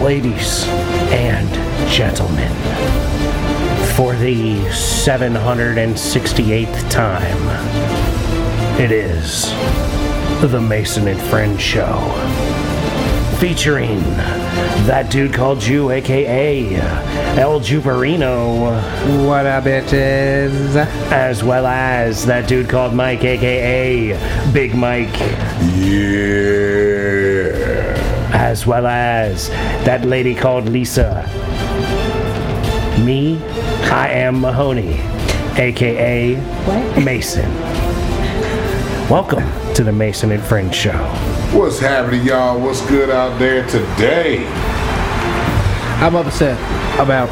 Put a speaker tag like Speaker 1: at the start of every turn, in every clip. Speaker 1: ladies and gentlemen, for the 768th time, it is the Mason and Friend Show. Featuring that dude called Jew, aka El Juperino,
Speaker 2: What up, bitches?
Speaker 1: as well as that dude called Mike, aka Big Mike. as well as that lady called Lisa. Me, I am Mahoney, aka Mason. Welcome to the Mason and Friends Show.
Speaker 3: What's happening, y'all? What's good out there today?
Speaker 2: I'm upset about.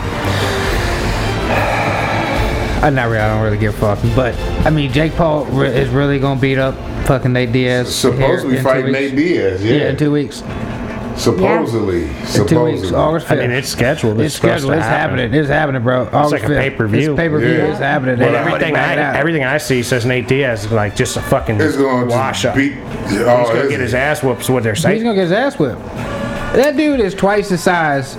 Speaker 2: I'm not really. I don't really give a fuck. But I mean, Jake Paul re- is really gonna beat up fucking Nate Diaz. here
Speaker 3: Supposedly
Speaker 2: in two
Speaker 3: fighting
Speaker 2: weeks.
Speaker 3: Nate Diaz, yeah.
Speaker 2: Yeah, in two weeks.
Speaker 3: supposedly,
Speaker 2: In two weeks,
Speaker 3: supposedly.
Speaker 2: August 5th.
Speaker 1: I mean, it's scheduled. It's,
Speaker 2: It's scheduled.
Speaker 1: supposed to
Speaker 2: It's
Speaker 1: happen.
Speaker 2: happening. It's happening, bro. August
Speaker 1: like a
Speaker 2: 5th.
Speaker 1: pay-per-view.
Speaker 2: It's pay per view.
Speaker 3: Yeah.
Speaker 2: It's happening.
Speaker 1: But
Speaker 2: They already
Speaker 1: everything
Speaker 2: backed
Speaker 1: I
Speaker 2: out.
Speaker 1: everything I see says Nate Diaz is like just a fucking
Speaker 3: it's going to
Speaker 1: wash up.
Speaker 3: beat. Oh,
Speaker 1: He's gonna
Speaker 3: it's-
Speaker 1: get his ass whoops with their
Speaker 2: He's
Speaker 1: saying.
Speaker 2: gonna get his ass whipped. That dude is twice the size.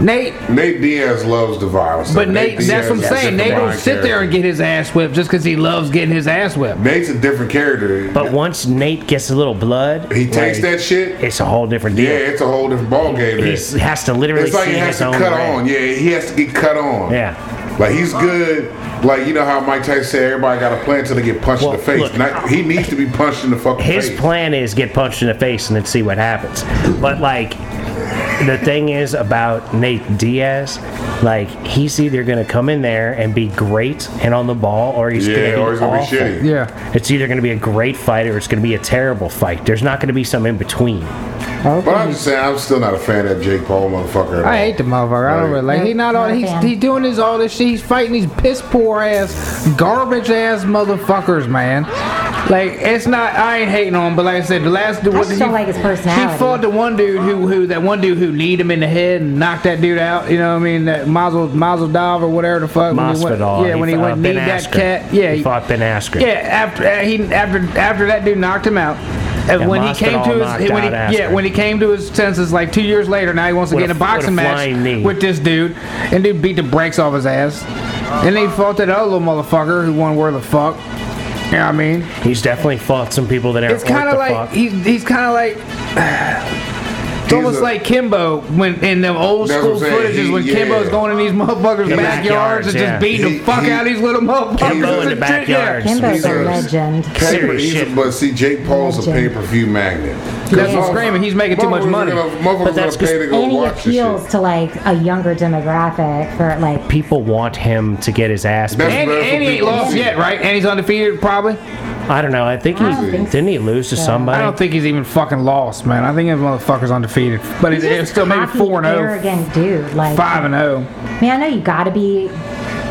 Speaker 2: Nate
Speaker 3: Nate Diaz loves the violence.
Speaker 2: But Nate, that's what I'm
Speaker 3: Diaz is a
Speaker 2: saying. Nate
Speaker 3: different
Speaker 2: will sit there and
Speaker 3: character.
Speaker 2: get his ass whipped just because he loves getting his ass whipped.
Speaker 3: Nate's a different character.
Speaker 1: But once Nate gets a little blood,
Speaker 3: he takes
Speaker 1: like,
Speaker 3: that shit.
Speaker 1: It's a whole different
Speaker 3: Yeah,
Speaker 1: deal.
Speaker 3: it's a whole different ball game.
Speaker 1: he
Speaker 3: there.
Speaker 1: s- has to literally
Speaker 3: It's like
Speaker 1: see
Speaker 3: he has
Speaker 1: his
Speaker 3: to
Speaker 1: own
Speaker 3: cut
Speaker 1: ring.
Speaker 3: on. Yeah, he has to get cut on.
Speaker 1: Yeah.
Speaker 3: Like he's good. Like you know how Mike Tyson said, everybody got a plan till they get punched
Speaker 1: Well,
Speaker 3: in the face.
Speaker 1: look,
Speaker 3: Not- he needs to be punched in the fucking
Speaker 1: his
Speaker 3: face.
Speaker 1: plan is get punched in the face and then see what happens. But like the thing is about Nate Diaz, like he's either gonna come in there and be great and on the ball, or he's gonna
Speaker 3: yeah,
Speaker 1: be
Speaker 3: or he's gonna
Speaker 1: awful.
Speaker 3: be shitty.
Speaker 2: Yeah.
Speaker 1: It's either gonna be a great fight or it's gonna be a terrible fight. There's not gonna be some in between.
Speaker 3: But I'm just saying, I'm still not a fan of that Jake Paul motherfucker. At all.
Speaker 2: I hate the motherfucker. I don't really like. He not all.
Speaker 4: Not a
Speaker 2: He's
Speaker 4: fan.
Speaker 2: he doing his all this shit. He's fighting these piss poor ass, garbage ass motherfuckers, man. Like it's not. I ain't hating on, him, but like I said, the last dude.
Speaker 4: I just don't like his personality.
Speaker 2: He fought the one dude who who that one dude who kneed him in the head and knocked that dude out. You know what I mean? That Mazel Mazel Dov or whatever the fuck. when he went-
Speaker 1: Masvidal.
Speaker 2: Yeah, when he
Speaker 1: fought uh,
Speaker 2: went
Speaker 1: Ben
Speaker 2: kneed that
Speaker 1: Askren.
Speaker 2: cat. Yeah,
Speaker 1: he,
Speaker 2: he-
Speaker 1: fought Ben Askren.
Speaker 2: Yeah, after uh, he after after that dude knocked him out. And
Speaker 1: Yeah,
Speaker 2: when he came
Speaker 1: Masvidal
Speaker 2: to
Speaker 1: knocked
Speaker 2: his when he,
Speaker 1: out
Speaker 2: yeah
Speaker 1: Askren.
Speaker 2: when he came to his senses like two years later now he wants to
Speaker 1: With a-
Speaker 2: get in a boxing
Speaker 1: with a
Speaker 2: match
Speaker 1: flying knee.
Speaker 2: with this dude and dude beat the brakes off his ass and he fought that other little motherfucker who won where the fuck you know what I mean
Speaker 1: He's definitely fought some people that are
Speaker 2: it's kind of like he's he's kind of like it's
Speaker 3: He's
Speaker 2: almost
Speaker 3: a-
Speaker 2: like Kimbo when in the old
Speaker 3: That's
Speaker 2: school
Speaker 3: what I'm saying.
Speaker 2: footages
Speaker 3: He-
Speaker 2: when
Speaker 3: yeah.
Speaker 2: Kimbo's going in these motherfuckers'
Speaker 1: The
Speaker 2: backyards,
Speaker 1: backyards,
Speaker 2: and
Speaker 1: yeah.
Speaker 2: just beating
Speaker 3: He-
Speaker 2: the fuck
Speaker 3: he-
Speaker 2: out of these little motherfuckers.
Speaker 1: Kimbo in the
Speaker 2: Yeah.
Speaker 1: backyards.
Speaker 4: Kimbo's a
Speaker 3: Jesus.
Speaker 4: legend.
Speaker 3: Paper,
Speaker 1: Serious
Speaker 3: he's a-
Speaker 1: shit.
Speaker 3: but see, Jake Paul's a
Speaker 4: Legend.
Speaker 3: pay per view magnet.
Speaker 2: That's what I'm screaming. He's making too much
Speaker 3: Motherfuckers
Speaker 2: money.
Speaker 3: Gonna, motherfuckers
Speaker 1: But that's
Speaker 3: gonna pay
Speaker 1: 'cause
Speaker 3: to go
Speaker 4: And he
Speaker 3: watch the
Speaker 4: appeals
Speaker 3: shit.
Speaker 4: to like a younger demographic for like
Speaker 1: People want him to get his ass.
Speaker 3: That's-
Speaker 1: beat.
Speaker 2: And,
Speaker 3: That's
Speaker 2: and he
Speaker 3: what
Speaker 2: ain't
Speaker 3: people
Speaker 2: lost
Speaker 3: see.
Speaker 2: yet, right? And he's undefeated, probably.
Speaker 1: I don't know. I think he
Speaker 4: I don't think
Speaker 1: didn't he lose to somebody.
Speaker 2: I don't think he's even fucking lost, man. I think that motherfucker's undefeated, but he's,
Speaker 4: He's
Speaker 2: he's still maybe
Speaker 4: cocky,
Speaker 2: four and zero,
Speaker 4: arrogant dude. Like
Speaker 2: five and oh. zero.
Speaker 4: I mean, I know you got to be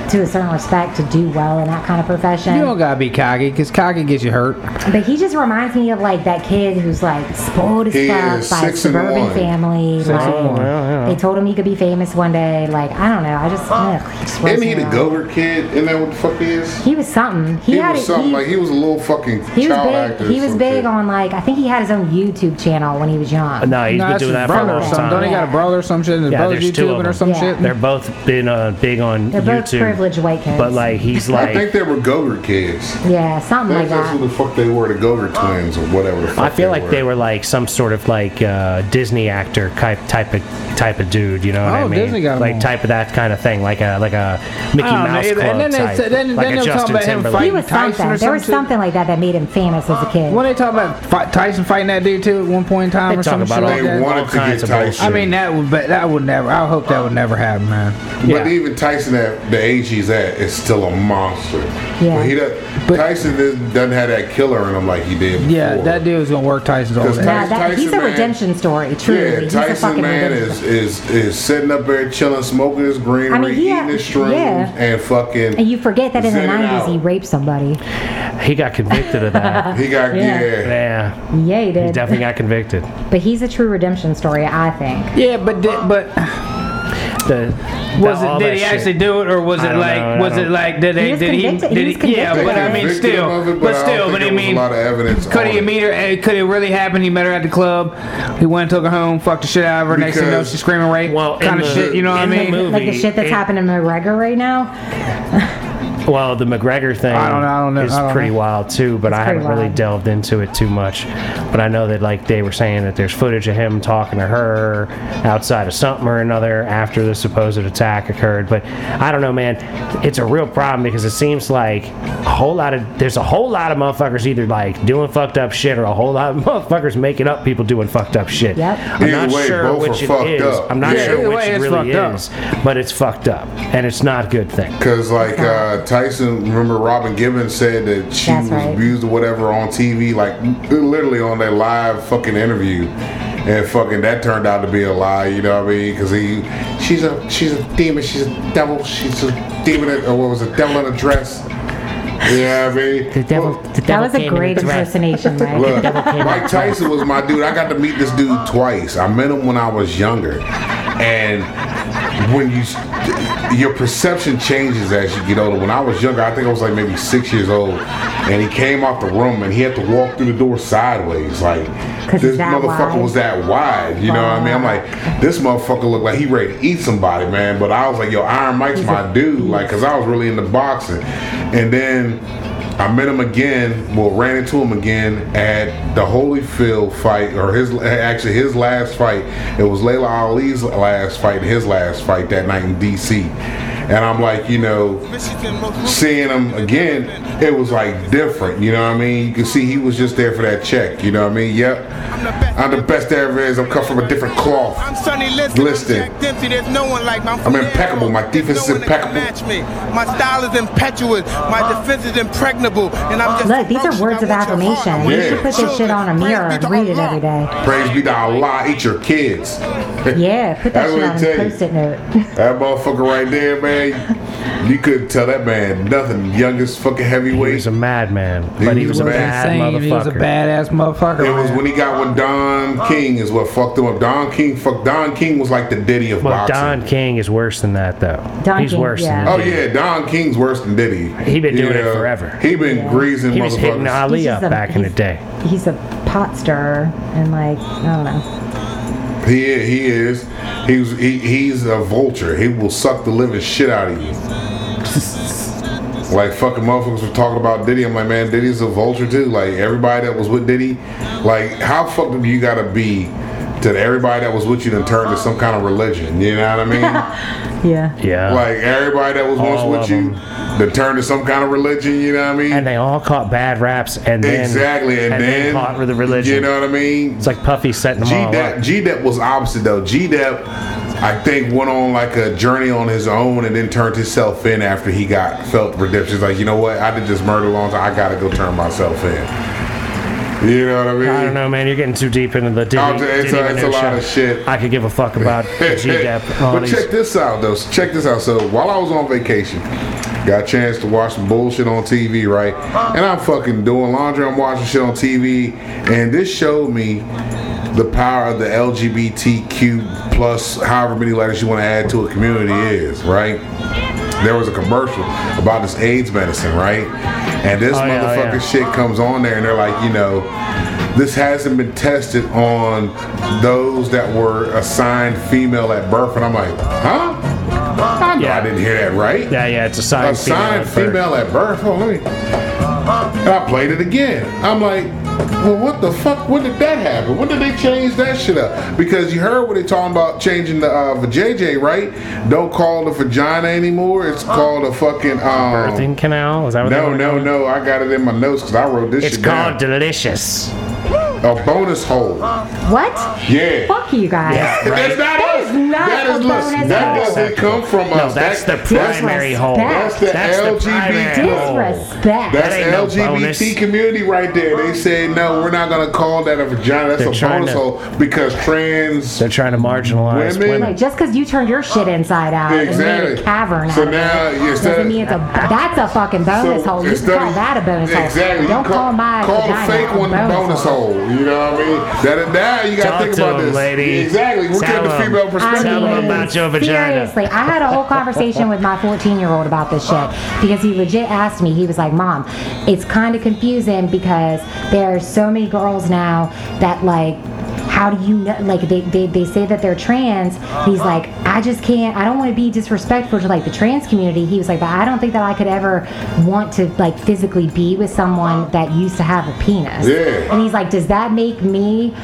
Speaker 4: to a certain respect to do well in that kind of profession.
Speaker 2: You don't gotta be cocky, cause cocky gets you hurt.
Speaker 4: But he just reminds me of like that kid who's like spoiled as
Speaker 3: He
Speaker 4: fuck
Speaker 3: is
Speaker 4: by a
Speaker 3: six and
Speaker 4: suburban
Speaker 3: one.
Speaker 4: family. like,
Speaker 2: and one.
Speaker 4: They told him he could be famous one day. Like I don't know. I just, ugh, he just
Speaker 3: Isn't
Speaker 4: wasn't
Speaker 3: he the
Speaker 4: around.
Speaker 3: Gogurt kid? Isn't that what the fuck he is?
Speaker 4: He was something. He,
Speaker 3: He
Speaker 4: had
Speaker 3: was
Speaker 4: a,
Speaker 3: something
Speaker 4: he,
Speaker 3: like he was a little fucking
Speaker 4: he was
Speaker 3: child
Speaker 4: big.
Speaker 3: actor. or
Speaker 4: he was
Speaker 3: some
Speaker 4: big
Speaker 3: shit.
Speaker 4: on like I think he had his own YouTube channel when he was young.
Speaker 1: No, he's
Speaker 2: No,
Speaker 1: been
Speaker 2: that's
Speaker 1: doing that
Speaker 2: his
Speaker 1: for a
Speaker 2: brother or
Speaker 1: long
Speaker 2: something. Don't he
Speaker 1: time.
Speaker 2: got a brother or some shit? and His
Speaker 1: Yeah,
Speaker 2: brother's
Speaker 1: there's two of
Speaker 2: YouTubing or
Speaker 1: them.
Speaker 2: some
Speaker 4: Yeah.
Speaker 2: shit.
Speaker 1: They're both been uh, big on
Speaker 4: They're both
Speaker 1: YouTube.
Speaker 4: privileged white kids.
Speaker 1: But like he's
Speaker 3: I think
Speaker 1: like
Speaker 3: they were Gogurt kids.
Speaker 4: Yeah, something like
Speaker 3: That's, that's
Speaker 4: that.
Speaker 3: who the fuck they were, the Gogurt twins or whatever the fuck.
Speaker 1: I feel like they were like some sort of like uh, Disney actor type type of type of dude, you know what I
Speaker 2: Oh,
Speaker 1: mean?
Speaker 2: Disney got him
Speaker 1: like
Speaker 2: on.
Speaker 1: type of that kind of thing, like a like a Mickey
Speaker 2: I don't know,
Speaker 1: Mouse
Speaker 2: and
Speaker 1: club
Speaker 2: then they
Speaker 1: type,
Speaker 2: said- then-
Speaker 1: like
Speaker 2: then
Speaker 1: a
Speaker 2: they were talking
Speaker 1: Justin
Speaker 2: about him
Speaker 1: Timberlake.
Speaker 4: He
Speaker 2: fighting-
Speaker 4: was
Speaker 2: Tyson or
Speaker 4: something. There was
Speaker 2: some shit?
Speaker 4: something like that that made him famous as a kid. Uh,
Speaker 2: When they talk about fight, Tyson fighting that dude too at one point in time
Speaker 1: They
Speaker 2: or
Speaker 1: talk
Speaker 2: some shit
Speaker 1: about all,
Speaker 2: like
Speaker 3: They
Speaker 2: that.
Speaker 3: wanted
Speaker 1: all
Speaker 3: to
Speaker 1: kinds
Speaker 3: get
Speaker 1: of
Speaker 3: Tyson.
Speaker 1: bullshit.
Speaker 2: I mean, that would, but that would never. I hope that would never happen, man.
Speaker 1: Yeah.
Speaker 3: But even Tyson, at the age he's at, is still a monster.
Speaker 4: Yeah.
Speaker 3: But he does,
Speaker 2: But-
Speaker 3: Tyson doesn't doesn't have that killer in him like he did. Before.
Speaker 2: Yeah, that dude's gonna work Tyson's
Speaker 3: Because
Speaker 2: old ass.
Speaker 3: Tyson-
Speaker 4: yeah, that, he's a
Speaker 3: man.
Speaker 4: redemption story. Truly,
Speaker 3: Yeah,
Speaker 4: he's a
Speaker 3: Tyson
Speaker 4: fucking
Speaker 3: man is,
Speaker 4: redemption.
Speaker 3: is is sitting up there chilling, smoking his greenery,
Speaker 4: I mean, he
Speaker 3: eating
Speaker 4: had-
Speaker 3: his shrooms,
Speaker 4: yeah.
Speaker 3: and fucking.
Speaker 4: And you forget that in the
Speaker 3: zenning
Speaker 4: 90s he
Speaker 3: out.
Speaker 4: raped somebody.
Speaker 1: he got convicted of that.
Speaker 3: He got
Speaker 4: Yeah.
Speaker 3: yeah.
Speaker 1: yeah.
Speaker 4: Yeah, he
Speaker 1: He
Speaker 4: did.
Speaker 1: definitely got convicted.
Speaker 4: but he's a true redemption story, I think.
Speaker 2: Yeah, but di- but
Speaker 1: the, the-
Speaker 2: Was it
Speaker 1: all
Speaker 2: did
Speaker 1: that
Speaker 2: he
Speaker 1: shit.
Speaker 2: actually do it or was
Speaker 1: I
Speaker 2: it
Speaker 1: don't
Speaker 2: like
Speaker 1: know, I
Speaker 2: was it
Speaker 1: don't-
Speaker 2: like did they
Speaker 4: was
Speaker 2: did he
Speaker 4: convicted- he
Speaker 2: did
Speaker 4: was
Speaker 2: yeah
Speaker 4: convicted
Speaker 2: but I
Speaker 4: of
Speaker 2: mean
Speaker 3: it.
Speaker 2: still
Speaker 3: Convicted of it, but
Speaker 2: but
Speaker 3: I don't
Speaker 2: still
Speaker 3: think
Speaker 2: but I
Speaker 3: there was a
Speaker 2: mean
Speaker 3: lot of evidence
Speaker 2: could
Speaker 3: on
Speaker 2: he
Speaker 3: it.
Speaker 2: meet her eh, could it really happen he met her at the club he went and took her home fucked the shit out of her next thing you know
Speaker 3: Because-
Speaker 2: she's screaming rape
Speaker 1: Well, in
Speaker 2: kind of
Speaker 1: the-
Speaker 2: shit you know what I
Speaker 1: in the
Speaker 2: mean
Speaker 1: movie-
Speaker 4: Like the shit that's
Speaker 1: it-
Speaker 4: happening to McGregor right now.
Speaker 1: Well, the McGregor thing
Speaker 2: I don't know, I don't know,
Speaker 1: is
Speaker 2: I don't
Speaker 1: pretty
Speaker 2: know.
Speaker 1: wild too, but I
Speaker 4: pretty
Speaker 1: haven't really
Speaker 4: wild.
Speaker 1: delved into it too much. But I know that like they were saying that there's footage of him talking to her outside of something or another after the supposed attack occurred. But I don't know, man. It's a real problem because it seems like a whole lot of there's a whole lot of motherfuckers either like doing fucked up shit or a whole lot of motherfuckers making up people doing fucked up shit.
Speaker 4: Yep.
Speaker 1: I'm not
Speaker 3: Either way,
Speaker 1: sure
Speaker 3: both are
Speaker 1: which it
Speaker 3: fucked
Speaker 1: is.
Speaker 3: up.
Speaker 1: I'm not
Speaker 3: Yeah,
Speaker 1: sure
Speaker 2: either
Speaker 1: which
Speaker 2: way, it's
Speaker 1: really
Speaker 2: fucked up.
Speaker 1: is, but it's fucked up and it's not a good thing.
Speaker 3: Because like uh, Tyson, remember Robin Gibbons said that she
Speaker 4: That's
Speaker 3: was
Speaker 4: right.
Speaker 3: abused or whatever on TV, like literally on that live fucking interview, and fucking that turned out to be a lie. You know what I mean? Because he, she's a she's a demon, she's a devil, she's a demon, in- or what was it, devil in a dress. Yeah, I mean,
Speaker 1: The devil, the
Speaker 4: That
Speaker 1: devil
Speaker 4: was a
Speaker 1: came in
Speaker 4: great
Speaker 1: his dress.
Speaker 4: impersonation, right?
Speaker 3: Look, Mike Tyson was my dude. I got to meet this dude twice. I met him when I was younger, and when you your perception changes as you get older. When I was younger, I think I was like maybe six years old, and he came out the room and he had to walk through the door sideways, like
Speaker 4: 'Cause
Speaker 3: this
Speaker 4: he's that
Speaker 3: motherfucker
Speaker 4: wide.
Speaker 3: was that wide. You know what I mean? I'm like, this motherfucker looked like he ready to eat somebody, man. But I was like, yo, Iron Mike's my dude, like, cause I was really into boxing, and then. I met him again. Well, ran into him again at the Holyfield fight, or his actually his last fight. It was Layla Ali's last fight, his last fight that night in D.C. And I'm like, you know, seeing him again, it was like different. You know what I mean? You can see he was just there for that check. You know what I mean? Yep, I'm the best there ever is. I'm cut from a different cloth.
Speaker 5: I'm Sonny Liston.
Speaker 3: Liston.
Speaker 5: I'm Jack Dempsey. There's no one like me. I'm,
Speaker 3: I'm
Speaker 5: from
Speaker 3: impeccable. My
Speaker 5: There's
Speaker 3: defense is
Speaker 5: no one that can
Speaker 3: impeccable.
Speaker 5: Match me. My style is impetuous. My defense is impregnable. And I'm just
Speaker 4: Look, these are
Speaker 5: ferocious.
Speaker 4: words
Speaker 5: I
Speaker 4: of
Speaker 5: want your heart. I
Speaker 4: affirmation.
Speaker 5: want
Speaker 4: You
Speaker 3: Yeah.
Speaker 4: should
Speaker 5: your
Speaker 4: put this shit
Speaker 5: children.
Speaker 4: on a mirror
Speaker 5: Praise
Speaker 4: and
Speaker 5: be to
Speaker 4: read it
Speaker 5: Allah.
Speaker 4: every day.
Speaker 3: Praise be to Allah. Eat your kids.
Speaker 4: Yeah, put that
Speaker 3: That's
Speaker 4: shit
Speaker 3: what
Speaker 4: on
Speaker 3: they
Speaker 4: a
Speaker 3: tell you.
Speaker 4: post-it note.
Speaker 3: That motherfucker right there, man. You couldn't tell that man nothing. Youngest fucking
Speaker 1: He
Speaker 3: heavyweight.
Speaker 1: was a madman, but he was a
Speaker 3: was
Speaker 1: bad
Speaker 2: Insane, he was a
Speaker 1: motherfucker.
Speaker 2: badass motherfucker
Speaker 3: It was
Speaker 2: man.
Speaker 3: when he got with Don King is what fucked him up. Don King, fuck Don King was like the Diddy of
Speaker 1: well,
Speaker 3: boxing.
Speaker 1: Don King is worse than that, though.
Speaker 4: Don
Speaker 1: He's
Speaker 4: King,
Speaker 1: worse
Speaker 4: yeah.
Speaker 3: Oh
Speaker 1: than that.
Speaker 3: yeah, Don King's worse than Diddy.
Speaker 1: He been doing it forever.
Speaker 3: He been greasing
Speaker 1: He was hitting
Speaker 3: motherfuckers.
Speaker 1: Ali
Speaker 4: He's
Speaker 1: up
Speaker 4: just a-
Speaker 1: back in the
Speaker 4: he's-
Speaker 1: day.
Speaker 4: He's a pot stirrer and like I don't know.
Speaker 3: He is, he is. He was he, he's a vulture. He will suck the living shit out of you. like fucking motherfuckers were talking about Diddy. I'm like, man, Diddy's a vulture too. Like everybody that was with Diddy, like how fucked up you gotta be to everybody that was with you to turn to some kind of religion. You know what I mean?
Speaker 4: Yeah.
Speaker 3: Oh,
Speaker 1: Yeah.
Speaker 3: like everybody that was
Speaker 1: All of
Speaker 3: once with you to turn to some kind of religion you know what i mean
Speaker 1: and they all caught bad raps, and then
Speaker 3: exactly and, then,
Speaker 1: caught with the religion.
Speaker 3: you know what i mean
Speaker 1: it's like Puffy setting them all
Speaker 3: g-dep
Speaker 1: up.
Speaker 3: g-dep was opposite though g-dep i think went on like a journey on his own and then turned himself in after he got felt redemption He's like you know what i did this murder long time i gotta go turn myself in you know what i mean
Speaker 1: I don't know, man. You're getting too deep into the. Didn't,
Speaker 3: Oh, it's a- it's a lot of shit.
Speaker 1: I could give a fuck about G Dep. all
Speaker 3: but
Speaker 1: these-
Speaker 3: check this out, though. Check this out. So while I was on vacation, got a chance to watch some bullshit on TV, right? And I'm fucking doing laundry. I'm watching shit on TV, and this showed me the power of the LGBTQ plus however many letters you want to add to a community is, right? There was a commercial about this AIDS medicine, right? And this
Speaker 1: Oh, yeah, oh,
Speaker 3: motherfucker
Speaker 1: yeah.
Speaker 3: shit comes on there and they're like, you know, this hasn't been tested on those that were assigned female at birth. And I'm like, huh? I know
Speaker 1: Yeah.
Speaker 3: I didn't hear that right.
Speaker 1: yeah, yeah. It's a sign.
Speaker 3: assigned female at birth. Hold on, let me. And I played it again. I'm like, well, what the fuck? When did that happen? When did they change that shit up? Because you heard what they talking about changing the uh, vajayjay, right? Don't call the vagina anymore. It's called a fucking um,
Speaker 1: Birthing canal. Is that what they
Speaker 3: no,
Speaker 1: were
Speaker 3: no,
Speaker 1: calling it?
Speaker 3: no. I got it in my notes because I wrote this
Speaker 1: It's
Speaker 3: shit
Speaker 1: called
Speaker 3: down.
Speaker 1: delicious.
Speaker 3: a bonus hole.
Speaker 4: What?
Speaker 3: Yeah.
Speaker 4: Fuck you guys.
Speaker 1: Yeah. right.
Speaker 3: That's not
Speaker 4: That
Speaker 3: us.
Speaker 4: is not
Speaker 3: that is
Speaker 4: a
Speaker 3: listen,
Speaker 4: bonus
Speaker 3: That
Speaker 4: hole.
Speaker 3: doesn't come from
Speaker 1: No,
Speaker 3: us.
Speaker 1: that's the
Speaker 3: That-
Speaker 1: primary hole.
Speaker 4: That's
Speaker 3: the
Speaker 1: primary
Speaker 3: LGBT.
Speaker 1: hole.
Speaker 4: Disrespect.
Speaker 3: That's
Speaker 1: That ain't no
Speaker 3: LGBT
Speaker 1: bonus.
Speaker 3: community right there. They said no, we're not gonna call that a vagina. That's
Speaker 1: They're
Speaker 3: a
Speaker 1: trying
Speaker 3: bonus
Speaker 1: to-
Speaker 3: hole because trans.
Speaker 1: They're trying to marginalize
Speaker 3: Women?
Speaker 1: women.
Speaker 4: Like just because you turned your shit inside out and made
Speaker 3: Exactly.
Speaker 4: a cavern
Speaker 3: So
Speaker 4: out of
Speaker 3: now
Speaker 4: it,
Speaker 3: you
Speaker 4: doesn't
Speaker 3: said-
Speaker 4: mean it's a that's a fucking bonus hole. You can
Speaker 3: instead
Speaker 4: call
Speaker 3: of-
Speaker 4: that a bonus hole.
Speaker 3: Exactly. You
Speaker 4: Don't
Speaker 3: call,
Speaker 4: call, my
Speaker 3: call the
Speaker 4: vagina
Speaker 3: fake
Speaker 4: a
Speaker 3: one the bonus hole. You know what I mean? That now you got
Speaker 1: Talk
Speaker 3: to think
Speaker 1: to
Speaker 3: about
Speaker 1: them,
Speaker 3: this.
Speaker 1: lady.
Speaker 3: Exactly. We're
Speaker 1: Tell
Speaker 3: getting the
Speaker 1: them.
Speaker 3: female
Speaker 4: I
Speaker 1: Tell
Speaker 4: mean,
Speaker 1: them about your vagina.
Speaker 4: Seriously, I had a whole conversation with my 14 year old about this shit because he legit asked me. He was like, "Mom, it's kind of confusing because there are so many girls now that like." How do you know? Like they, they, they say that they're trans. He's like, I just can't. I don't want to be disrespectful to like the trans community. He was like, but I don't think that I could ever want to like physically be with someone that used to have a penis.
Speaker 3: Yeah.
Speaker 4: And he's like, does that make me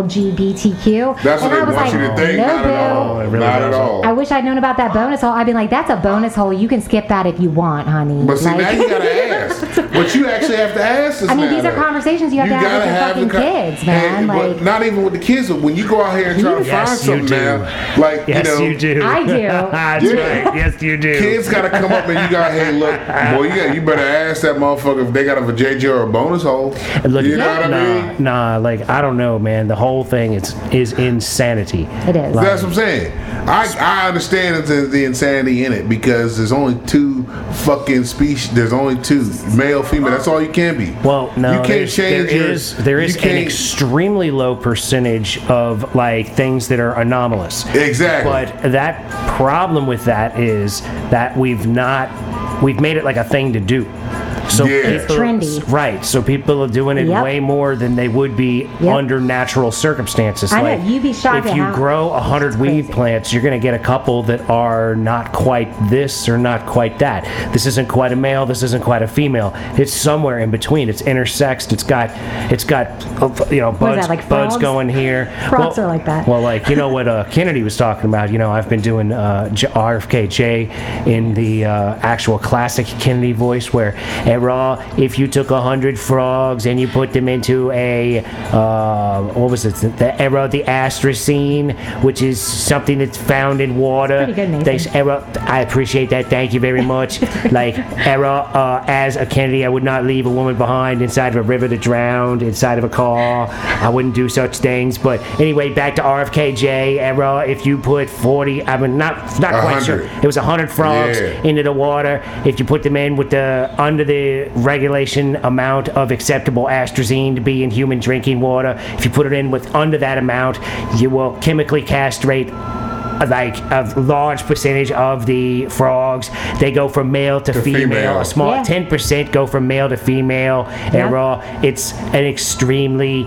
Speaker 4: anti-LGBTQ?
Speaker 3: That's what
Speaker 4: and
Speaker 3: they
Speaker 4: I was
Speaker 3: want
Speaker 4: like,
Speaker 3: you to think.
Speaker 4: No,
Speaker 3: Not at
Speaker 4: boo.
Speaker 3: all.
Speaker 1: It really
Speaker 3: Not at
Speaker 1: doesn't.
Speaker 3: all.
Speaker 4: I wish I'd known about that bonus hole. I'd be like, that's a bonus hole. You can skip that if you want, honey.
Speaker 3: But see,
Speaker 4: Like-
Speaker 3: now you gotta ask. But you actually have to ask this.
Speaker 4: I mean,
Speaker 3: now,
Speaker 4: these are
Speaker 3: though.
Speaker 4: conversations you have to have with
Speaker 3: gotta
Speaker 4: your fucking
Speaker 3: the con-
Speaker 4: kids, man,
Speaker 3: And- but
Speaker 4: like-
Speaker 3: not even with the kids. but When you go out here and try to
Speaker 1: Yes,
Speaker 3: find
Speaker 1: you
Speaker 3: something,
Speaker 1: do.
Speaker 3: now, like
Speaker 1: Yes,
Speaker 3: you know,
Speaker 1: you do.
Speaker 4: I do.
Speaker 1: That's
Speaker 3: Yeah.
Speaker 1: right. Yes, you do.
Speaker 3: Kids gotta come up and you gotta, hey, look, boy, you, got, you better ask that motherfucker if they got a vajayjay or a bonus hole.
Speaker 1: Look,
Speaker 3: you know what I
Speaker 1: nah,
Speaker 3: mean?
Speaker 1: nah, like I don't know, man. The whole thing is is insanity.
Speaker 4: It is.
Speaker 1: Like,
Speaker 3: That's what I'm saying. I, I understand the, the insanity in it because there's only two fucking species. There's only two male, female. That's all you can be.
Speaker 1: well, no,
Speaker 3: you can't
Speaker 1: there's-
Speaker 3: change
Speaker 1: there
Speaker 3: your-
Speaker 1: is there
Speaker 3: you
Speaker 1: is an
Speaker 3: can't-
Speaker 1: extremely low percentage of like things that are anomalous.
Speaker 3: exactly.
Speaker 1: But that problem with that is that we've not we've made it like a thing to do. So
Speaker 3: Yeah. It's
Speaker 1: people-
Speaker 4: trendy.
Speaker 1: right? So people are doing it
Speaker 4: Yep.
Speaker 1: way more than they would be
Speaker 4: Yep.
Speaker 1: under natural circumstances.
Speaker 4: I know,
Speaker 1: like
Speaker 4: you'd be shocked
Speaker 1: if
Speaker 4: at
Speaker 1: you
Speaker 4: how-
Speaker 1: grow a hundred
Speaker 4: It's
Speaker 1: weed
Speaker 4: crazy.
Speaker 1: plants, you're going to get a couple that are not quite this or not quite that. This isn't quite a male. This isn't quite a female. It's somewhere in between. It's intersexed. It's got it's got uh, you know buds
Speaker 4: that, like
Speaker 1: buds
Speaker 4: frogs?
Speaker 1: going here.
Speaker 4: Frogs are like that.
Speaker 1: Well, like you know what uh, Kennedy was talking about. You know, I've been doing uh, J- RFKJ in the uh, actual classic Kennedy voice, where hey, raw. If you took a hundred frogs and you put them into a uh, what was it? The, the era the astracene, which is something that's found in water.
Speaker 4: Pretty good, Nathan.
Speaker 1: They s- era. I appreciate that. Thank you very much. like era, uh, as a Kennedy, I would not leave a woman behind inside of a river to drown, inside of a car. I wouldn't do such things. But anyway, back to RFKJ era. If you put forty, I mean, not not
Speaker 3: A
Speaker 1: quite sure.
Speaker 3: hundred.
Speaker 1: It was hundred frogs
Speaker 3: Yeah.
Speaker 1: into the water. If you put them in with the under the regulation amount of acceptable astrazine to be in human drinking water, if you put it in with under that amount, you will chemically castrate like a large percentage of the frogs they go from male to, female.
Speaker 3: female.
Speaker 1: a small
Speaker 4: Yeah.
Speaker 1: 10% go from male to female
Speaker 4: Yeah.
Speaker 1: and raw it's an extremely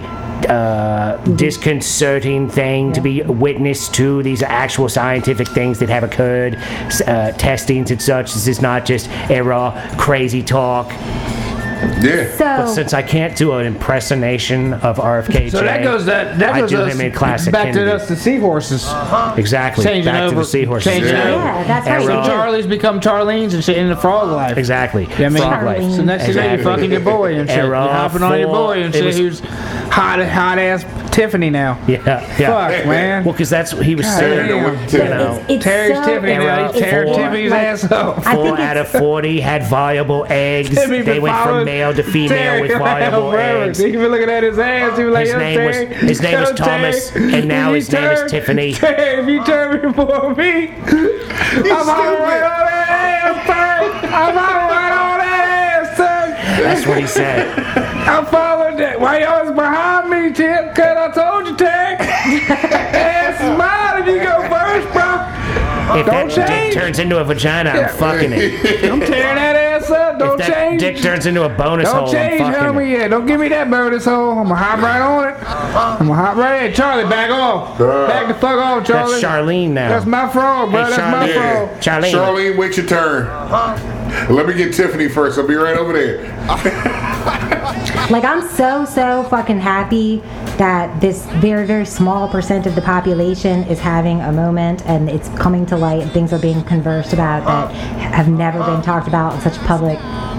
Speaker 1: uh,
Speaker 2: Mm-hmm.
Speaker 1: disconcerting thing to be witness to these are actual scientific things that have occurred s- uh, testings and such this is not just a raw crazy talk
Speaker 3: yeah.
Speaker 1: but
Speaker 2: Oh.
Speaker 4: So,
Speaker 1: since i can't do an impersonation of rfk
Speaker 2: So that goes that that
Speaker 1: I
Speaker 2: goes
Speaker 1: do
Speaker 2: us
Speaker 1: him in classic
Speaker 2: back
Speaker 1: Kennedy.
Speaker 2: to us the seahorses.
Speaker 1: exactly
Speaker 2: Changing
Speaker 1: back to
Speaker 2: over-
Speaker 1: the seahorses
Speaker 2: changing
Speaker 3: Yeah.
Speaker 2: over.
Speaker 4: yeah, that's
Speaker 1: And
Speaker 4: right.
Speaker 1: raw.
Speaker 4: you do.
Speaker 2: Charlie's become Charlene's and shit in the frog life.
Speaker 1: exactly
Speaker 2: Yeah, I mean,
Speaker 1: Frog life.
Speaker 2: so next thing you know, you're
Speaker 1: Exactly.
Speaker 2: fucking your boy and shit. You're
Speaker 1: Era
Speaker 2: hopping on your
Speaker 1: four,
Speaker 2: boy and
Speaker 1: it
Speaker 2: shit.
Speaker 1: was-
Speaker 2: Who's hot, hot ass Tiffany now?
Speaker 1: Yeah, yeah.
Speaker 2: Fuck, man.
Speaker 1: Well, because that's what he was
Speaker 2: God
Speaker 1: saying.
Speaker 2: damn.
Speaker 1: You know,
Speaker 4: It's
Speaker 2: Terry's
Speaker 4: so,
Speaker 2: Tiffany now.
Speaker 1: Era
Speaker 2: You tear
Speaker 1: four.
Speaker 2: Tiffany's
Speaker 4: Like-
Speaker 2: ass up.
Speaker 4: I
Speaker 1: four
Speaker 4: think
Speaker 1: out of
Speaker 4: it's-
Speaker 1: forty had viable eggs.
Speaker 2: Tiffany
Speaker 1: they
Speaker 2: been
Speaker 1: went from
Speaker 2: following
Speaker 1: male to female
Speaker 2: Terry
Speaker 1: with
Speaker 2: around,
Speaker 1: viable
Speaker 2: bro.
Speaker 1: eggs.
Speaker 2: He been looking at his ass. He was like,
Speaker 1: His
Speaker 2: "Yo,
Speaker 1: name was-
Speaker 2: Terry,
Speaker 1: his name was
Speaker 2: yo,
Speaker 1: Thomas,
Speaker 2: Terry,
Speaker 1: and now
Speaker 2: if you
Speaker 1: his name is Tiffany."
Speaker 2: Terry, if you turn before me, I'm all right
Speaker 3: stupid.
Speaker 2: on that ass, Terry. I'm all right on that ass, Terry.
Speaker 1: That's what he said.
Speaker 2: I followed that. Why y'all was behind me, Tip? Cause I told you, Tech. and smile if you go first, bro.
Speaker 1: If
Speaker 2: Don't
Speaker 1: that dick
Speaker 2: change.
Speaker 1: turns into a vagina,
Speaker 2: Yeah.
Speaker 1: I'm fucking it.
Speaker 2: I'm tearing that ass up.
Speaker 1: If
Speaker 2: Don't
Speaker 1: that
Speaker 2: change.
Speaker 1: dick turns into a bonus
Speaker 2: don't
Speaker 1: hole,
Speaker 2: change,
Speaker 1: I'm fucking
Speaker 2: homie.
Speaker 1: it.
Speaker 2: Yeah, don't give me that bonus hole. I'm gonna hop right on it. I'm gonna hop right in. Charlie, back off.
Speaker 3: Yeah.
Speaker 2: Back the fuck off,
Speaker 1: That's
Speaker 2: Charlie.
Speaker 1: Charlene now.
Speaker 2: That's my frog, bro.
Speaker 1: Hey,
Speaker 2: That's
Speaker 1: Charlie.
Speaker 2: my frog.
Speaker 3: Yeah.
Speaker 1: Charlene.
Speaker 3: Charlene, wait your turn.
Speaker 4: Uh-huh.
Speaker 3: Let me get Tiffany first. I'll be right over there.
Speaker 4: Like I'm so so fucking happy that this very very small percent of the population is having a moment and it's coming to light and things are being conversed about that have never been talked about in such a public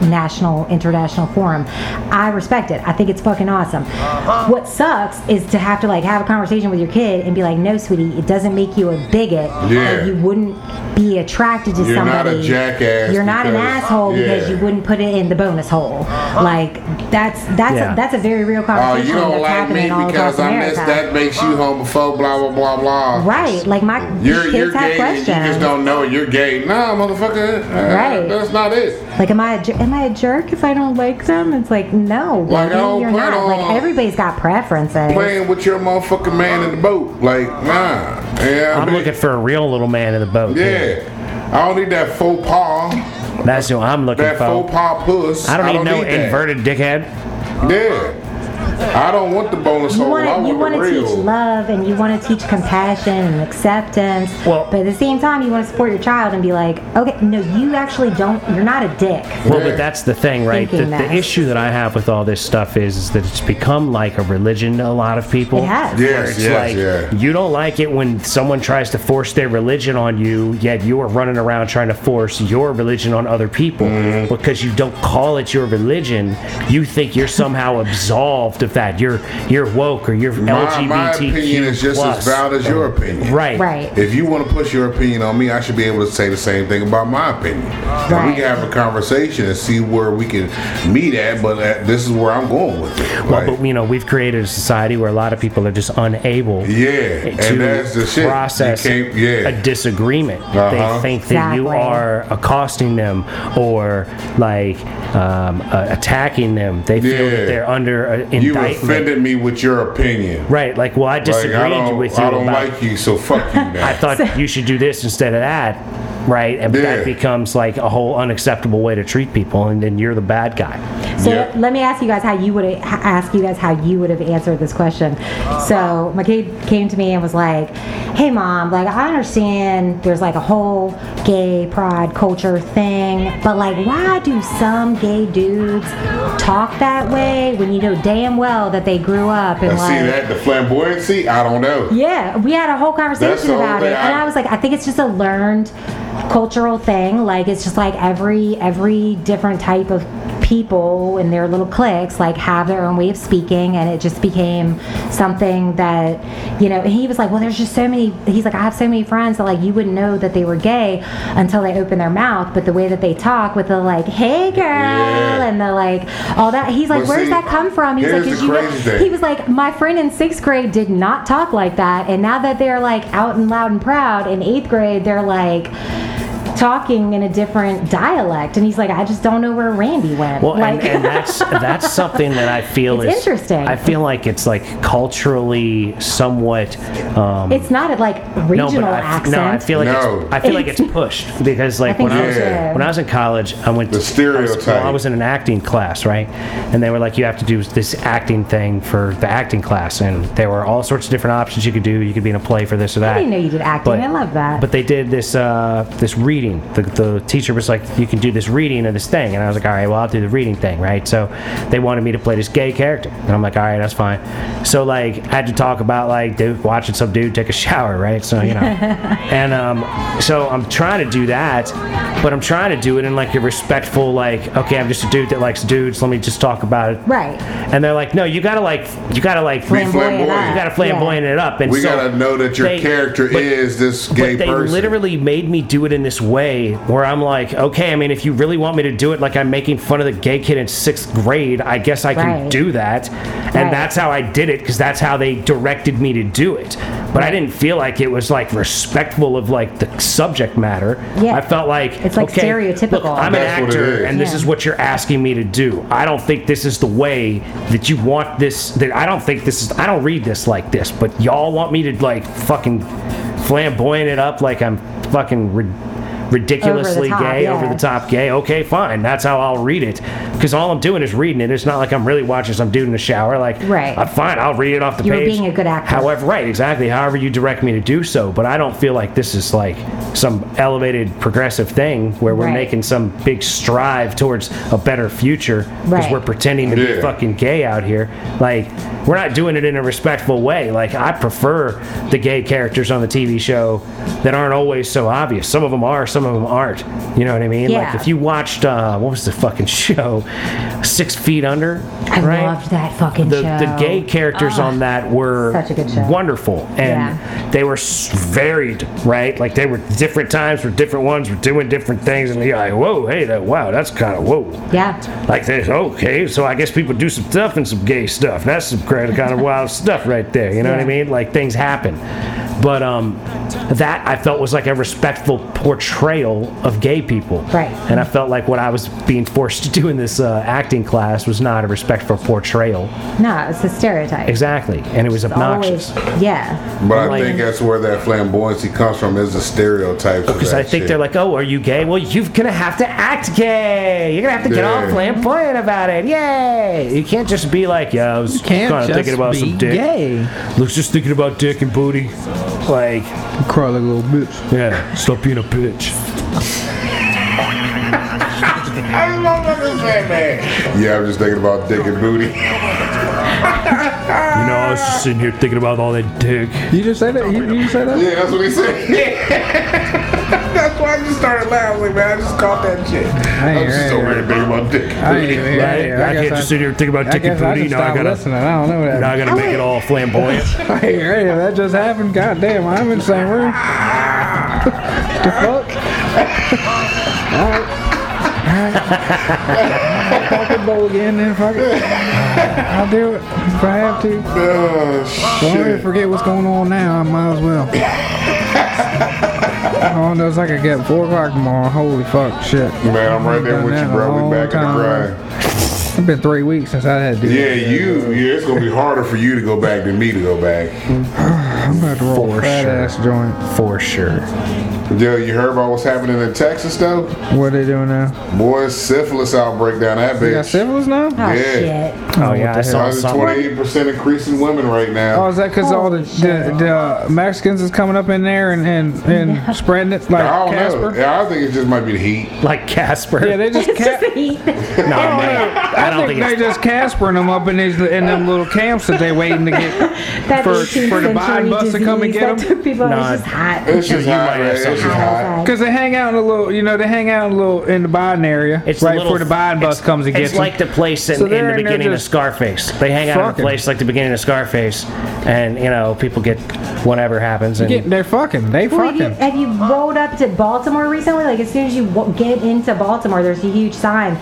Speaker 4: national international forum. I respect it. I think it's fucking awesome.
Speaker 3: Uh-huh.
Speaker 4: What sucks is to have to like have a conversation with your kid and be like, "No, sweetie, it doesn't make you a bigot.
Speaker 3: Yeah.
Speaker 4: Like, you wouldn't be attracted to
Speaker 3: You're not
Speaker 4: somebody.
Speaker 3: a jackass
Speaker 4: You're not an
Speaker 3: because-
Speaker 4: asshole because
Speaker 3: yeah.
Speaker 4: you wouldn't put it in the bonus hole. Like that's that's
Speaker 1: Yeah.
Speaker 4: a, that's a very real
Speaker 3: Oh,
Speaker 4: conversation
Speaker 3: Uh-huh. Uh, you don't
Speaker 4: that's
Speaker 3: like
Speaker 4: happening
Speaker 3: me
Speaker 4: all all across
Speaker 3: because I missed
Speaker 4: America.
Speaker 3: that makes you homophobe, blah blah blah blah.
Speaker 4: Right, like my
Speaker 3: Mm. You're
Speaker 4: kids
Speaker 3: you're
Speaker 4: have
Speaker 3: gay and you
Speaker 4: questions.
Speaker 3: just don't know it. You're gay. Nah, motherfucker. uh,
Speaker 4: Right.
Speaker 3: That's not it.
Speaker 4: Like, am I a jer- am I a jerk if I don't like them? It's like, no,
Speaker 3: Like, I
Speaker 4: baby,
Speaker 3: don't
Speaker 4: you're
Speaker 3: plan
Speaker 4: not.
Speaker 3: on-
Speaker 4: like, everybody's got preferences.
Speaker 3: Playing with your motherfucking man in the boat. Like, nah. Yeah. I
Speaker 1: I'm
Speaker 3: mean,
Speaker 1: looking for a real little man in the boat. too.
Speaker 3: Yeah. I don't need that faux pas.
Speaker 1: That's who I'm looking
Speaker 3: That
Speaker 1: for.
Speaker 3: faux pas puss.
Speaker 1: I don't need no
Speaker 3: need that.
Speaker 1: inverted dickhead.
Speaker 3: Yeah. I don't want the bonus
Speaker 4: You
Speaker 3: hole.
Speaker 4: want
Speaker 3: I
Speaker 4: to
Speaker 3: want
Speaker 4: you want
Speaker 3: the
Speaker 4: to
Speaker 3: real.
Speaker 4: teach love and you want to teach compassion and acceptance.
Speaker 1: Well-
Speaker 4: but at the same time, you want to support your child and be like, okay, no, you actually don't. You're not a dick.
Speaker 1: Well,
Speaker 3: Yeah.
Speaker 1: but that's the thing, right? The,
Speaker 4: Thinking
Speaker 1: the
Speaker 4: that.
Speaker 1: issue that I have with all this stuff is, is that it's become like a religion to a lot of people.
Speaker 4: It has.
Speaker 3: Yes,
Speaker 1: Where it's
Speaker 3: yes,
Speaker 1: like
Speaker 3: yeah.
Speaker 1: you don't like it when someone tries to force their religion on you, yet you're running around trying to force your religion on other people
Speaker 3: Mm-hmm.
Speaker 1: because you don't call it your religion. You think you're somehow absolved of that. You're you're woke or you're
Speaker 3: My,
Speaker 1: LGBTQ.
Speaker 3: my opinion is just as valid as your opinion.
Speaker 1: Right.
Speaker 4: Right.
Speaker 3: If you want to push your opinion on me, I should be able to say the same thing about my opinion. And we can have a conversation and see where we can meet at, but uh, this is where I'm going with it. Like,
Speaker 1: But you know, we've created a society where a lot of people are just unable
Speaker 3: yeah,
Speaker 1: to
Speaker 3: and that's the shit. You
Speaker 1: process
Speaker 3: can't- yeah.
Speaker 1: a disagreement.
Speaker 3: Uh-huh.
Speaker 1: They think that you
Speaker 4: Exactly.
Speaker 1: are accosting them or like um, uh, attacking them. They feel
Speaker 3: Yeah.
Speaker 1: that they're under a
Speaker 3: you
Speaker 1: indictment.
Speaker 3: offended me with your opinion.
Speaker 1: Right? Like, well, I
Speaker 3: Like,
Speaker 1: disagreed
Speaker 3: I don't,
Speaker 1: with you.
Speaker 3: I don't
Speaker 1: about,
Speaker 3: like you, so fuck you now.
Speaker 1: I thought you should do this instead of that. Right, and
Speaker 3: Yeah.
Speaker 1: that becomes like a whole unacceptable way to treat people, and then you're the bad guy.
Speaker 4: So
Speaker 3: Yeah.
Speaker 4: let me ask you guys how you would ask you guys how you would have answered this question. So my kid came to me and was like, "Hey mom, like I understand there's like a whole gay pride culture thing, but like why do some gay dudes talk that way when you know damn well that they grew up and
Speaker 3: And see
Speaker 4: like."
Speaker 3: that the flamboyancy? I don't know.
Speaker 4: Yeah, we had a whole
Speaker 3: That's the
Speaker 4: conversation
Speaker 3: whole
Speaker 4: about it,
Speaker 3: thing.
Speaker 4: and
Speaker 3: I-
Speaker 4: I was like, I think it's just a learned cultural thing. Like it's just like every every different type of people and their little cliques like have their own way of speaking, and it just became something that you know. And he was like, well, there's just so many. He's like, I have so many friends that like you wouldn't know that they were gay until they open their mouth, but the way that they talk with the like, hey girl,
Speaker 3: Yeah.
Speaker 4: and the like all that. He's like,
Speaker 3: Well,
Speaker 4: where's
Speaker 3: see,
Speaker 4: that come from? He's like,
Speaker 3: here's the
Speaker 4: 'Cause you
Speaker 3: crazy
Speaker 4: don't-"
Speaker 3: thing.
Speaker 4: he was like, my friend in sixth grade did not talk like that, and now that they're like out and loud and proud in eighth grade, they're like talking in a different dialect, and he's like, I just don't know where Randy went.
Speaker 1: Well,
Speaker 4: like,
Speaker 1: and, and that's that's something that I feel
Speaker 4: It's
Speaker 1: is
Speaker 4: interesting.
Speaker 1: I feel like it's like culturally somewhat. Um,
Speaker 4: it's not a like
Speaker 1: no,
Speaker 4: regional
Speaker 1: but I, f-
Speaker 4: accent.
Speaker 1: no, I feel like
Speaker 3: No.
Speaker 1: it's, I feel like it's pushed because like
Speaker 4: think
Speaker 1: when I
Speaker 4: so
Speaker 1: was
Speaker 4: too.
Speaker 1: when I was in college, I went
Speaker 3: The
Speaker 1: to I was, well, I
Speaker 3: stereotype.
Speaker 1: was in an acting class, right? And they were like, you have to do this acting thing for the acting class, and there were all sorts of different options you could do. You could be in a play for this or that.
Speaker 4: didn't know you did acting. I love that.
Speaker 1: But they did this uh, this reading. The, the teacher was like, "You can do this reading of this thing," and I was like, "All right, well, I'll do the reading thing, right?" So they wanted me to play this gay character, and I'm like, "All right, that's fine." So like, I had to talk about like dude, watching some dude take a shower, right? So you know, and um, so I'm trying to do that, but I'm trying to do it in like a respectful, like, "Okay, I'm just a dude that likes dudes. Let me just talk about it."
Speaker 4: Right.
Speaker 1: And they're like, "No, you gotta like, you gotta like."
Speaker 3: Be flamboyant.
Speaker 4: up.
Speaker 1: You gotta flamboyant
Speaker 4: Yeah.
Speaker 1: it up, and
Speaker 3: We
Speaker 1: so
Speaker 3: gotta know that your
Speaker 1: they-
Speaker 3: character
Speaker 1: but-
Speaker 3: is this
Speaker 1: but
Speaker 3: gay
Speaker 1: they
Speaker 3: person.
Speaker 1: literally made me do it in this way where I'm like, okay, I mean, if you really want me to do it like I'm making fun of the gay kid in sixth grade, I guess I can
Speaker 4: Right.
Speaker 1: do that. And
Speaker 4: Right.
Speaker 1: that's how I did it because that's how they directed me to do it. But I didn't feel like it was like respectful of like the subject matter.
Speaker 4: Yeah.
Speaker 1: I felt like
Speaker 4: It's, like,
Speaker 1: okay,
Speaker 4: stereotypical.
Speaker 1: Look, I'm
Speaker 3: That's
Speaker 1: an
Speaker 3: what it is.
Speaker 1: actor, and this
Speaker 4: Yeah.
Speaker 1: is what you're asking me to do. I don't think this is the way that you want this. That I don't think this is. I don't read this like this. But y'all want me to like fucking flamboyant it up like I'm fucking ri- ridiculously
Speaker 4: top,
Speaker 1: gay,
Speaker 4: yeah.
Speaker 1: over the top gay. Okay, fine. That's how I'll read it. Because all I'm doing is reading it. It's not like I'm really watching some dude in the shower. Like,
Speaker 4: Right.
Speaker 1: I'm fine. I'll read it off the
Speaker 4: You were
Speaker 1: page.
Speaker 4: being a good actor.
Speaker 1: However, right, exactly. However you direct me to do so. But I don't feel like this is like some elevated progressive thing where we're
Speaker 4: Right.
Speaker 1: making some big strive towards a better future because
Speaker 4: Right.
Speaker 1: we're pretending to
Speaker 3: Yeah.
Speaker 1: be fucking gay out here. Like we're not doing it in a respectful way. Like I prefer the gay characters on the TV show that aren't always so obvious. Some of them are, some of them aren't. You know what I mean? Like
Speaker 4: Yeah.
Speaker 1: if you watched uh, what was the fucking show, Six Feet Under,
Speaker 4: I
Speaker 1: right?
Speaker 4: loved that fucking
Speaker 1: the,
Speaker 4: show. Ah,
Speaker 1: the gay characters on that were
Speaker 4: Such a good show.
Speaker 1: wonderful and
Speaker 4: Yeah.
Speaker 1: they were s- varied right like they were different times for different ones were doing different things and you're like whoa hey that wow that's kind of whoa
Speaker 4: Yeah.
Speaker 1: like this okay so i guess people do some stuff and some gay stuff that's some kind of, kind of wild stuff right there you know what i
Speaker 4: Yeah.
Speaker 1: mean like things happen but um that i felt was like a respectful portrayal of gay people
Speaker 4: Right.
Speaker 1: and i felt like what i was being forced to do in this uh, acting class was not a respectful portrayal
Speaker 4: No, it's a stereotype.
Speaker 1: Exactly, and it was obnoxious.
Speaker 4: Always. Yeah.
Speaker 3: But I
Speaker 1: Like-
Speaker 3: think that's where that flamboyancy comes from is the stereotypes.
Speaker 1: Because I think they're like, "Oh, are you gay? Well, you're gonna have to act gay. You're gonna have to get all
Speaker 3: Yeah.
Speaker 1: flamboyant about it. Yay! You can't just be like, yeah, I was
Speaker 2: can't
Speaker 1: kind of thinking
Speaker 2: just
Speaker 1: about
Speaker 2: be
Speaker 1: some dick.
Speaker 2: gay.
Speaker 1: Luke's just thinking about dick and booty. Like,
Speaker 2: Crawl like a little bitch.
Speaker 1: yeah, stop being a bitch.
Speaker 3: I love this man, man. Yeah, I'm just thinking about dick and booty.
Speaker 1: You know, I was just sitting here thinking about all that dick.
Speaker 2: You just say that? You, you just say that?
Speaker 3: Yeah, that's what he said. Yeah. that's why I just started laughing. I was Like, man, I just caught that shit.
Speaker 2: ain't
Speaker 3: I'm just
Speaker 2: heard
Speaker 3: over here thinking about dick and
Speaker 2: I ain't
Speaker 3: booty.
Speaker 2: even hear
Speaker 1: Right?
Speaker 2: that.
Speaker 1: I
Speaker 2: guess
Speaker 1: can't just sit here and think about
Speaker 2: I
Speaker 1: dick and
Speaker 2: guess I
Speaker 1: booty.
Speaker 2: just
Speaker 1: Now I
Speaker 2: stopped
Speaker 1: gotta-
Speaker 2: listening. I don't know what
Speaker 1: Now I
Speaker 2: happened.
Speaker 1: gotta make it all flamboyant.
Speaker 2: I ain't heard it. That just happened. God damn, I'm in the same room. the fuck? Alright. Alright. Fuck the bowl again then. Fuck it. I'll do it if I have to.
Speaker 3: Oh,
Speaker 2: Don't really
Speaker 3: shit.
Speaker 2: forget what's going on now. I might as well. oh, no, it's like I get four o'clock tomorrow. Holy fuck, shit.
Speaker 3: Man, I'm right there with you, bro. We back in the grind.
Speaker 2: It's been three weeks since I had to. do
Speaker 3: Yeah,
Speaker 2: that.
Speaker 3: you. Yeah, it's gonna be harder for you to go back than me to go back.
Speaker 2: I'm about to roll
Speaker 1: For
Speaker 2: a fat
Speaker 1: sure.
Speaker 2: ass joint.
Speaker 1: For sure.
Speaker 2: Hmm.
Speaker 3: Yo, you heard about what's happening in Texas though?
Speaker 2: What are they doing now?
Speaker 3: Boy, syphilis outbreak down that
Speaker 2: They got
Speaker 3: bitch.
Speaker 2: syphilis now?
Speaker 4: Oh
Speaker 3: Yeah.
Speaker 4: shit.
Speaker 1: Oh,
Speaker 2: what
Speaker 1: yeah,
Speaker 2: the
Speaker 1: I saw
Speaker 2: hell?
Speaker 1: something.
Speaker 3: 28 percent increase in women right
Speaker 2: Oh,
Speaker 3: now.
Speaker 2: is that because all the, the, the uh, Mexicans is coming up in there and, and, and spreading it like
Speaker 3: I don't
Speaker 2: Casper?
Speaker 3: know. Yeah, I think it just might be the heat.
Speaker 1: Like Casper.
Speaker 2: Yeah, they just
Speaker 4: It's just
Speaker 2: ca-
Speaker 4: the heat.
Speaker 1: no, man.
Speaker 2: I,
Speaker 1: don't
Speaker 2: think,
Speaker 1: think
Speaker 2: they just Caspering them up in these in them little camps that they waiting to get
Speaker 4: That
Speaker 2: for
Speaker 4: 18th
Speaker 2: for the Biden
Speaker 4: century
Speaker 2: bus to come and
Speaker 4: disease
Speaker 2: get
Speaker 4: that
Speaker 2: them.
Speaker 4: took people.
Speaker 1: Nah.
Speaker 4: It's just hot.
Speaker 3: It's just
Speaker 1: You
Speaker 3: hot,
Speaker 1: might
Speaker 3: man.
Speaker 1: have
Speaker 3: It's just
Speaker 1: something.
Speaker 3: hot.
Speaker 2: Cause they hang out in a little, you know, they hang out in a little in the Biden area,
Speaker 1: It's
Speaker 2: right?
Speaker 1: the little,
Speaker 2: before the Biden bus
Speaker 1: it's-
Speaker 2: comes and gets
Speaker 1: It's like the place in,
Speaker 2: So
Speaker 1: in
Speaker 2: they're
Speaker 1: the
Speaker 2: in there
Speaker 1: beginning of
Speaker 2: just
Speaker 1: Scarface. They hang out in
Speaker 2: fucking.
Speaker 1: a place like the beginning of Scarface, and you know people get whatever happens. And
Speaker 2: them. They're fucking, they
Speaker 4: Well, you,
Speaker 2: fucking.
Speaker 4: have you rolled up to Baltimore recently? Like as soon as you w- get into Baltimore, there's a huge sign,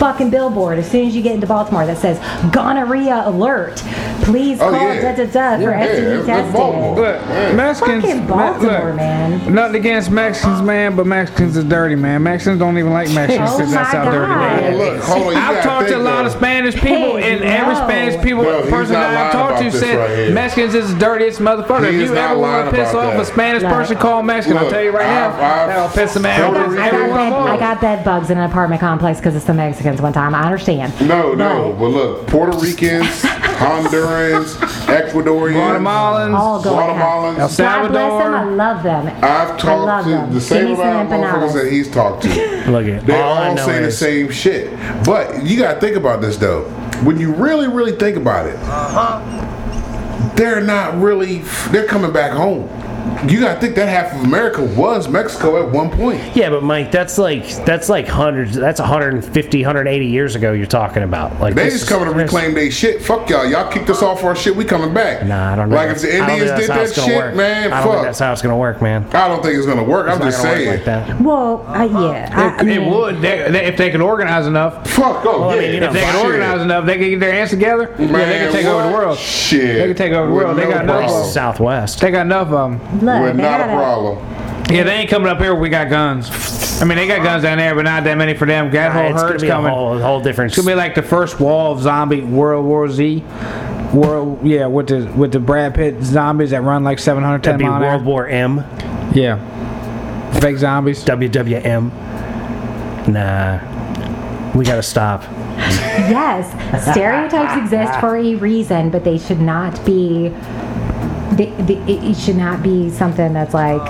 Speaker 4: fucking billboard. As soon as you get into Baltimore, that says gonorrhea alert. Please
Speaker 3: Oh,
Speaker 4: call
Speaker 3: yeah.
Speaker 4: da da da for
Speaker 3: Yeah,
Speaker 4: STD
Speaker 3: it's
Speaker 4: testing.
Speaker 3: Baltimore.
Speaker 2: Look,
Speaker 3: Yeah.
Speaker 2: Mexicans,
Speaker 4: Fucking
Speaker 2: me-
Speaker 4: Baltimore,
Speaker 2: look,
Speaker 4: man.
Speaker 2: Nothing against Mexicans, man, but Mexicans is dirty, man. Mexicans don't even like Mexicans
Speaker 4: Oh
Speaker 2: 'cause that's
Speaker 4: my
Speaker 2: how dirty
Speaker 4: God.
Speaker 2: they
Speaker 3: Well,
Speaker 2: are.
Speaker 3: look, hold on. You
Speaker 2: I've
Speaker 3: gotta
Speaker 2: talked to a
Speaker 3: think,
Speaker 2: lot
Speaker 3: though.
Speaker 2: of Spanish people,
Speaker 4: Hey,
Speaker 2: and every
Speaker 4: no.
Speaker 2: Spanish people
Speaker 3: No, he's
Speaker 2: person
Speaker 3: not
Speaker 2: that I've
Speaker 3: lying
Speaker 2: talked to
Speaker 3: about this
Speaker 2: said
Speaker 3: right here.
Speaker 2: Mexicans is the dirtiest motherfucker.
Speaker 3: He
Speaker 2: If
Speaker 3: is
Speaker 2: you
Speaker 3: not
Speaker 2: ever
Speaker 3: lying
Speaker 2: want to piss
Speaker 3: about
Speaker 2: off a
Speaker 3: that.
Speaker 2: Spanish
Speaker 4: No.
Speaker 2: person, call Mexican. I'll
Speaker 3: Look,
Speaker 2: tell you right
Speaker 3: I've-
Speaker 2: now,
Speaker 3: I've
Speaker 2: that'll piss them
Speaker 4: I
Speaker 2: out.
Speaker 4: got, I, got
Speaker 3: Puerto
Speaker 4: bed,
Speaker 3: Rico.
Speaker 4: I got bed bugs in an apartment complex because of some Mexicans one time. I understand.
Speaker 3: No, no, but look, Puerto Ricans, Hondurans, Ecuadorians,
Speaker 2: Guatemalans.
Speaker 4: All go
Speaker 2: El
Speaker 3: Guatemalans.
Speaker 4: God bless them. I
Speaker 2: Salvador.
Speaker 4: love them.
Speaker 3: I've
Speaker 4: I love
Speaker 3: talked to
Speaker 4: them.
Speaker 3: the same
Speaker 4: Give me some
Speaker 3: amount of motherfuckers
Speaker 4: empanadas.
Speaker 3: that he's talked to.
Speaker 1: look at
Speaker 3: They
Speaker 1: all, I
Speaker 3: all
Speaker 1: know
Speaker 3: say the
Speaker 1: is
Speaker 3: same shit. But you gotta think about this though. When you really, really think about it,
Speaker 1: Uh-huh.
Speaker 3: they're not really. They're coming back home. You gotta think that half of America was Mexico at one point.
Speaker 1: Yeah, but Mike, that's like that's like hundreds. That's 150, 180 years ago. You're talking about like
Speaker 3: They
Speaker 1: this
Speaker 3: just
Speaker 1: is-
Speaker 3: coming to
Speaker 1: this-
Speaker 3: reclaim their shit. Fuck y'all. Y'all kicked us off our shit. We coming back.
Speaker 1: Nah, I don't know.
Speaker 3: Like if the
Speaker 1: I don't think
Speaker 3: Indians
Speaker 1: that's
Speaker 3: did
Speaker 1: how
Speaker 3: that
Speaker 1: it's gonna
Speaker 3: shit,
Speaker 1: work.
Speaker 3: man.
Speaker 1: I don't think
Speaker 3: fuck.
Speaker 1: that's how it's gonna work, man. It's
Speaker 3: I don't think it's gonna work. I'm
Speaker 1: not
Speaker 3: just
Speaker 1: gonna work
Speaker 3: saying.
Speaker 1: like that.
Speaker 4: Well, uh, yeah. I, I
Speaker 2: It
Speaker 4: mean,
Speaker 2: would they, they, if they could organize enough.
Speaker 3: Fuck. Oh
Speaker 1: Well, I
Speaker 3: yeah.
Speaker 1: mean, you know,
Speaker 2: If they could
Speaker 1: Shit.
Speaker 2: organize enough, they could get their hands together. yeah, they could
Speaker 3: Man,
Speaker 2: take over the
Speaker 3: what?
Speaker 2: world.
Speaker 3: Shit.
Speaker 2: They could take over the
Speaker 3: With
Speaker 2: world. They
Speaker 3: no
Speaker 2: got
Speaker 1: At least
Speaker 2: enough.
Speaker 1: the
Speaker 2: Of
Speaker 3: problem.
Speaker 2: them.
Speaker 1: Southwest.
Speaker 2: They got enough of them.
Speaker 4: look,
Speaker 3: We're
Speaker 4: they
Speaker 3: not
Speaker 4: gotta-
Speaker 3: a problem.
Speaker 2: Yeah, they ain't coming up here. We got guns. I mean, they got guns down there, but not that many for them. That
Speaker 1: Uh,
Speaker 2: whole
Speaker 1: it's gonna
Speaker 2: herd's
Speaker 1: be a
Speaker 2: coming.
Speaker 1: whole, whole different.
Speaker 2: It's gonna be like the first wall of zombie World War Z. World, yeah, with the with the Brad Pitt zombies that run like seven hundred ten
Speaker 1: that'd be
Speaker 2: mile an
Speaker 1: World
Speaker 2: hour.
Speaker 1: War M,
Speaker 2: Yeah, fake zombies.
Speaker 1: WWM. Nah, we gotta stop.
Speaker 4: Yes, stereotypes exist for a reason, but they should not be. They, they, it it should not be something that's like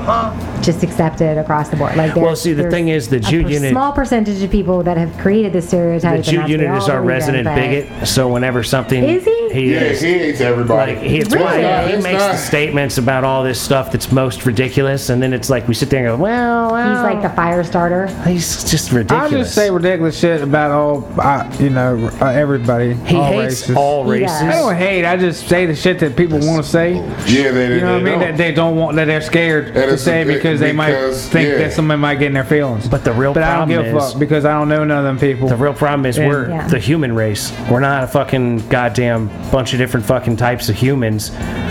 Speaker 4: just accepted across the board. Like,
Speaker 1: Well,
Speaker 4: there's-
Speaker 1: see, the
Speaker 4: there's
Speaker 1: thing is, the
Speaker 4: a
Speaker 1: Jew
Speaker 4: per-
Speaker 1: unit-
Speaker 4: small percentage of people that have created this stereotype.
Speaker 1: The
Speaker 4: and
Speaker 1: Jew
Speaker 4: that's
Speaker 1: unit
Speaker 4: all
Speaker 1: is our
Speaker 4: believe in,
Speaker 1: resident
Speaker 4: but-
Speaker 1: bigot, so whenever something
Speaker 4: Is he?
Speaker 3: Yeah,
Speaker 1: is,
Speaker 3: he hates everybody.
Speaker 1: like he, it's
Speaker 4: Really?
Speaker 1: why
Speaker 4: Yeah,
Speaker 1: he
Speaker 3: it's
Speaker 1: makes
Speaker 3: not-
Speaker 1: the statements about all this stuff that's most ridiculous, and then it's like we sit there and go, well, well
Speaker 4: He's like the fire starter.
Speaker 1: he's just ridiculous.
Speaker 2: I just say ridiculous shit about all, uh, you know, uh, everybody.
Speaker 1: he
Speaker 2: all
Speaker 1: hates
Speaker 2: races.
Speaker 1: all
Speaker 4: Yeah.
Speaker 1: races.
Speaker 2: I don't hate. I just say the shit that people want to say.
Speaker 3: yeah, they, they,
Speaker 2: You know what I mean?
Speaker 3: they don't.
Speaker 2: That they don't want, that they're scared
Speaker 3: That
Speaker 2: to
Speaker 3: is
Speaker 2: say
Speaker 3: the-
Speaker 2: because they might
Speaker 3: because-
Speaker 2: think
Speaker 3: yeah.
Speaker 2: that somebody might get in their feelings.
Speaker 1: But the real
Speaker 2: but I don't
Speaker 1: problem
Speaker 2: give a
Speaker 1: is-
Speaker 2: fuck because I don't know none of them people.
Speaker 1: The real problem is
Speaker 2: And-
Speaker 1: we're
Speaker 4: Yeah.
Speaker 1: the human race. We're not a fucking goddamn bunch of different fucking types of humans.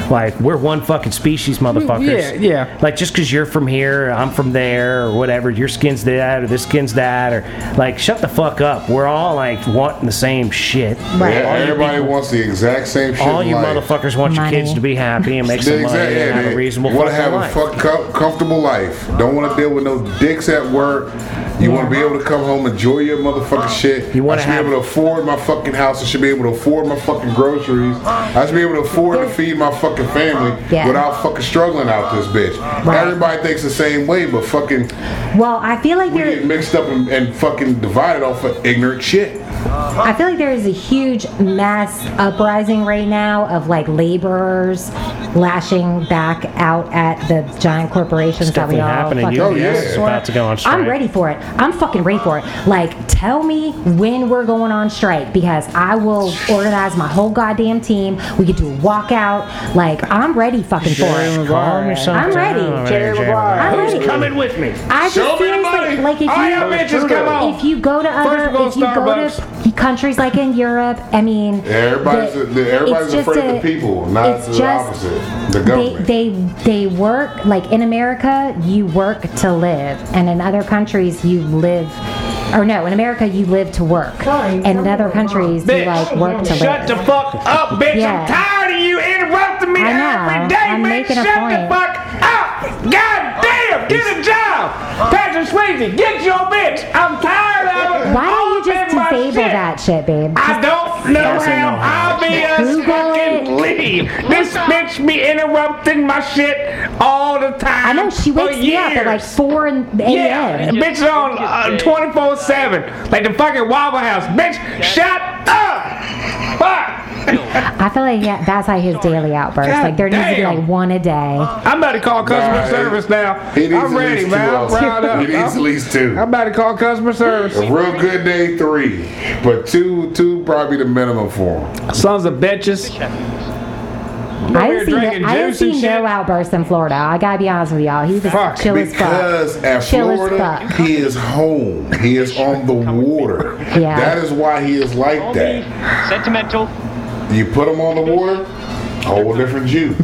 Speaker 1: Like we're one fucking species, motherfuckers.
Speaker 2: yeah.
Speaker 1: Like just because you're from here, I'm from there, or whatever. Your skin's that, or this skin's that, or like shut the fuck up. We're all like wanting the same shit.
Speaker 4: Right.
Speaker 3: Yeah,
Speaker 1: All you
Speaker 3: everybody wants the exact same shit.
Speaker 1: All
Speaker 3: in
Speaker 1: you
Speaker 3: life.
Speaker 1: motherfuckers want
Speaker 4: Money.
Speaker 1: your kids to be happy and make
Speaker 3: The
Speaker 1: some money
Speaker 3: exact-
Speaker 1: and have
Speaker 3: they
Speaker 1: a reasonable
Speaker 3: wanna
Speaker 1: fucking
Speaker 3: have
Speaker 1: life.
Speaker 3: a fuck, com- comfortable life. Don't want to deal with no dicks at work. You want to be able to come home, enjoy your motherfucking shit.
Speaker 1: You wanna
Speaker 3: I should
Speaker 1: have-
Speaker 3: be able to afford my fucking house. I should be able to afford my fucking groceries. I should be able to afford to feed my fucking family
Speaker 4: Yeah.
Speaker 3: without fucking struggling out this bitch.
Speaker 4: Right.
Speaker 3: Everybody thinks the same way, but fucking
Speaker 4: Well, I feel like
Speaker 3: we
Speaker 4: there.
Speaker 3: get mixed up and, and fucking divided off of ignorant shit.
Speaker 4: I feel like there is a huge mass uprising right now of like laborers lashing back out at the giant corporations
Speaker 1: It's
Speaker 4: that we
Speaker 1: definitely
Speaker 4: all
Speaker 1: happening.
Speaker 4: fucking
Speaker 1: You
Speaker 3: Oh, yeah.
Speaker 1: it's about to go on strike.
Speaker 4: I'm ready for it. I'm fucking ready for it. Like, tell me when we're going on strike because I will organize my whole goddamn team. We could do a walkout. Like, I'm ready fucking for
Speaker 2: Jerry
Speaker 4: it.
Speaker 2: Maguire.
Speaker 1: Calm yourself
Speaker 4: I'm ready.
Speaker 1: down,
Speaker 2: Jerry Maguire.
Speaker 4: I'm
Speaker 1: Who's
Speaker 4: ready.
Speaker 1: coming with me?
Speaker 4: I just
Speaker 3: Show me the
Speaker 4: seriously,
Speaker 3: money.
Speaker 4: Like, if
Speaker 2: All
Speaker 4: you,
Speaker 2: y'all bitches, come on.
Speaker 4: If you go to other,
Speaker 2: we're going
Speaker 4: if you go
Speaker 2: Starbucks.
Speaker 4: to countries like in Europe, I mean,
Speaker 3: Everybody's
Speaker 4: the-
Speaker 3: the- everybody's
Speaker 4: it's just
Speaker 3: afraid of the
Speaker 4: a-
Speaker 3: people, not
Speaker 4: it's
Speaker 3: the
Speaker 4: just-
Speaker 3: opposite, the
Speaker 4: they,
Speaker 3: government.
Speaker 4: they they work like in America, you work to live, and in other countries, you live. Or no, in America you live to work, and in other countries you like work to
Speaker 2: shut
Speaker 4: live.
Speaker 2: the fuck up, bitch.
Speaker 4: Yeah.
Speaker 2: I'm tired of you interrupting me
Speaker 4: I know.
Speaker 2: every day,
Speaker 4: I'm
Speaker 2: bitch.
Speaker 4: making a
Speaker 2: shut the
Speaker 4: point.
Speaker 2: fuck up. God damn, get a job. Patrick Swayze, get your bitch. I'm tired of
Speaker 4: Why don't you just
Speaker 2: all of my
Speaker 4: disable
Speaker 2: shit.
Speaker 4: that shit, babe?
Speaker 2: I don't know
Speaker 1: Yes, I
Speaker 2: how
Speaker 1: know how.
Speaker 2: I'll be a
Speaker 4: Google
Speaker 2: fucking lead. This bitch be interrupting my shit all the
Speaker 4: I
Speaker 2: time.
Speaker 4: know she
Speaker 2: for
Speaker 4: wakes me up at like
Speaker 2: years.
Speaker 4: four and a.m.
Speaker 2: Yeah, bitch on twenty four seven, like the fucking Waffle House. Bitch, shut up. Fuck.
Speaker 4: I feel like yeah, that's like his daily outburst.
Speaker 2: God
Speaker 4: like there needs to be
Speaker 2: damn.
Speaker 4: like one a day.
Speaker 2: I'm about to call customer
Speaker 3: Nah, he-
Speaker 2: service now.
Speaker 3: He needs
Speaker 2: I'm
Speaker 3: at
Speaker 2: ready,
Speaker 3: least
Speaker 2: man.
Speaker 3: two
Speaker 2: I'm
Speaker 3: else.
Speaker 2: riled up.
Speaker 3: He needs at
Speaker 2: I'm,
Speaker 3: least two.
Speaker 2: I'm about to call customer service.
Speaker 3: A real good day, three, but two, two probably the minimum for him.
Speaker 2: Sons of bitches.
Speaker 4: I
Speaker 2: here
Speaker 4: didn't see,
Speaker 2: drinking
Speaker 4: no, I didn't
Speaker 2: juice and
Speaker 4: see
Speaker 2: shit.
Speaker 4: no outbursts in Florida. I gotta be honest with y'all. He was
Speaker 2: Fuck,
Speaker 4: chill as fuck.
Speaker 3: Because at
Speaker 4: Chill as
Speaker 3: Florida,
Speaker 4: fuck.
Speaker 3: he is home. He is on the water.
Speaker 4: Yeah.
Speaker 3: That is why he is like that.
Speaker 6: Sentimental.
Speaker 3: You put him on the water, whole different Jew.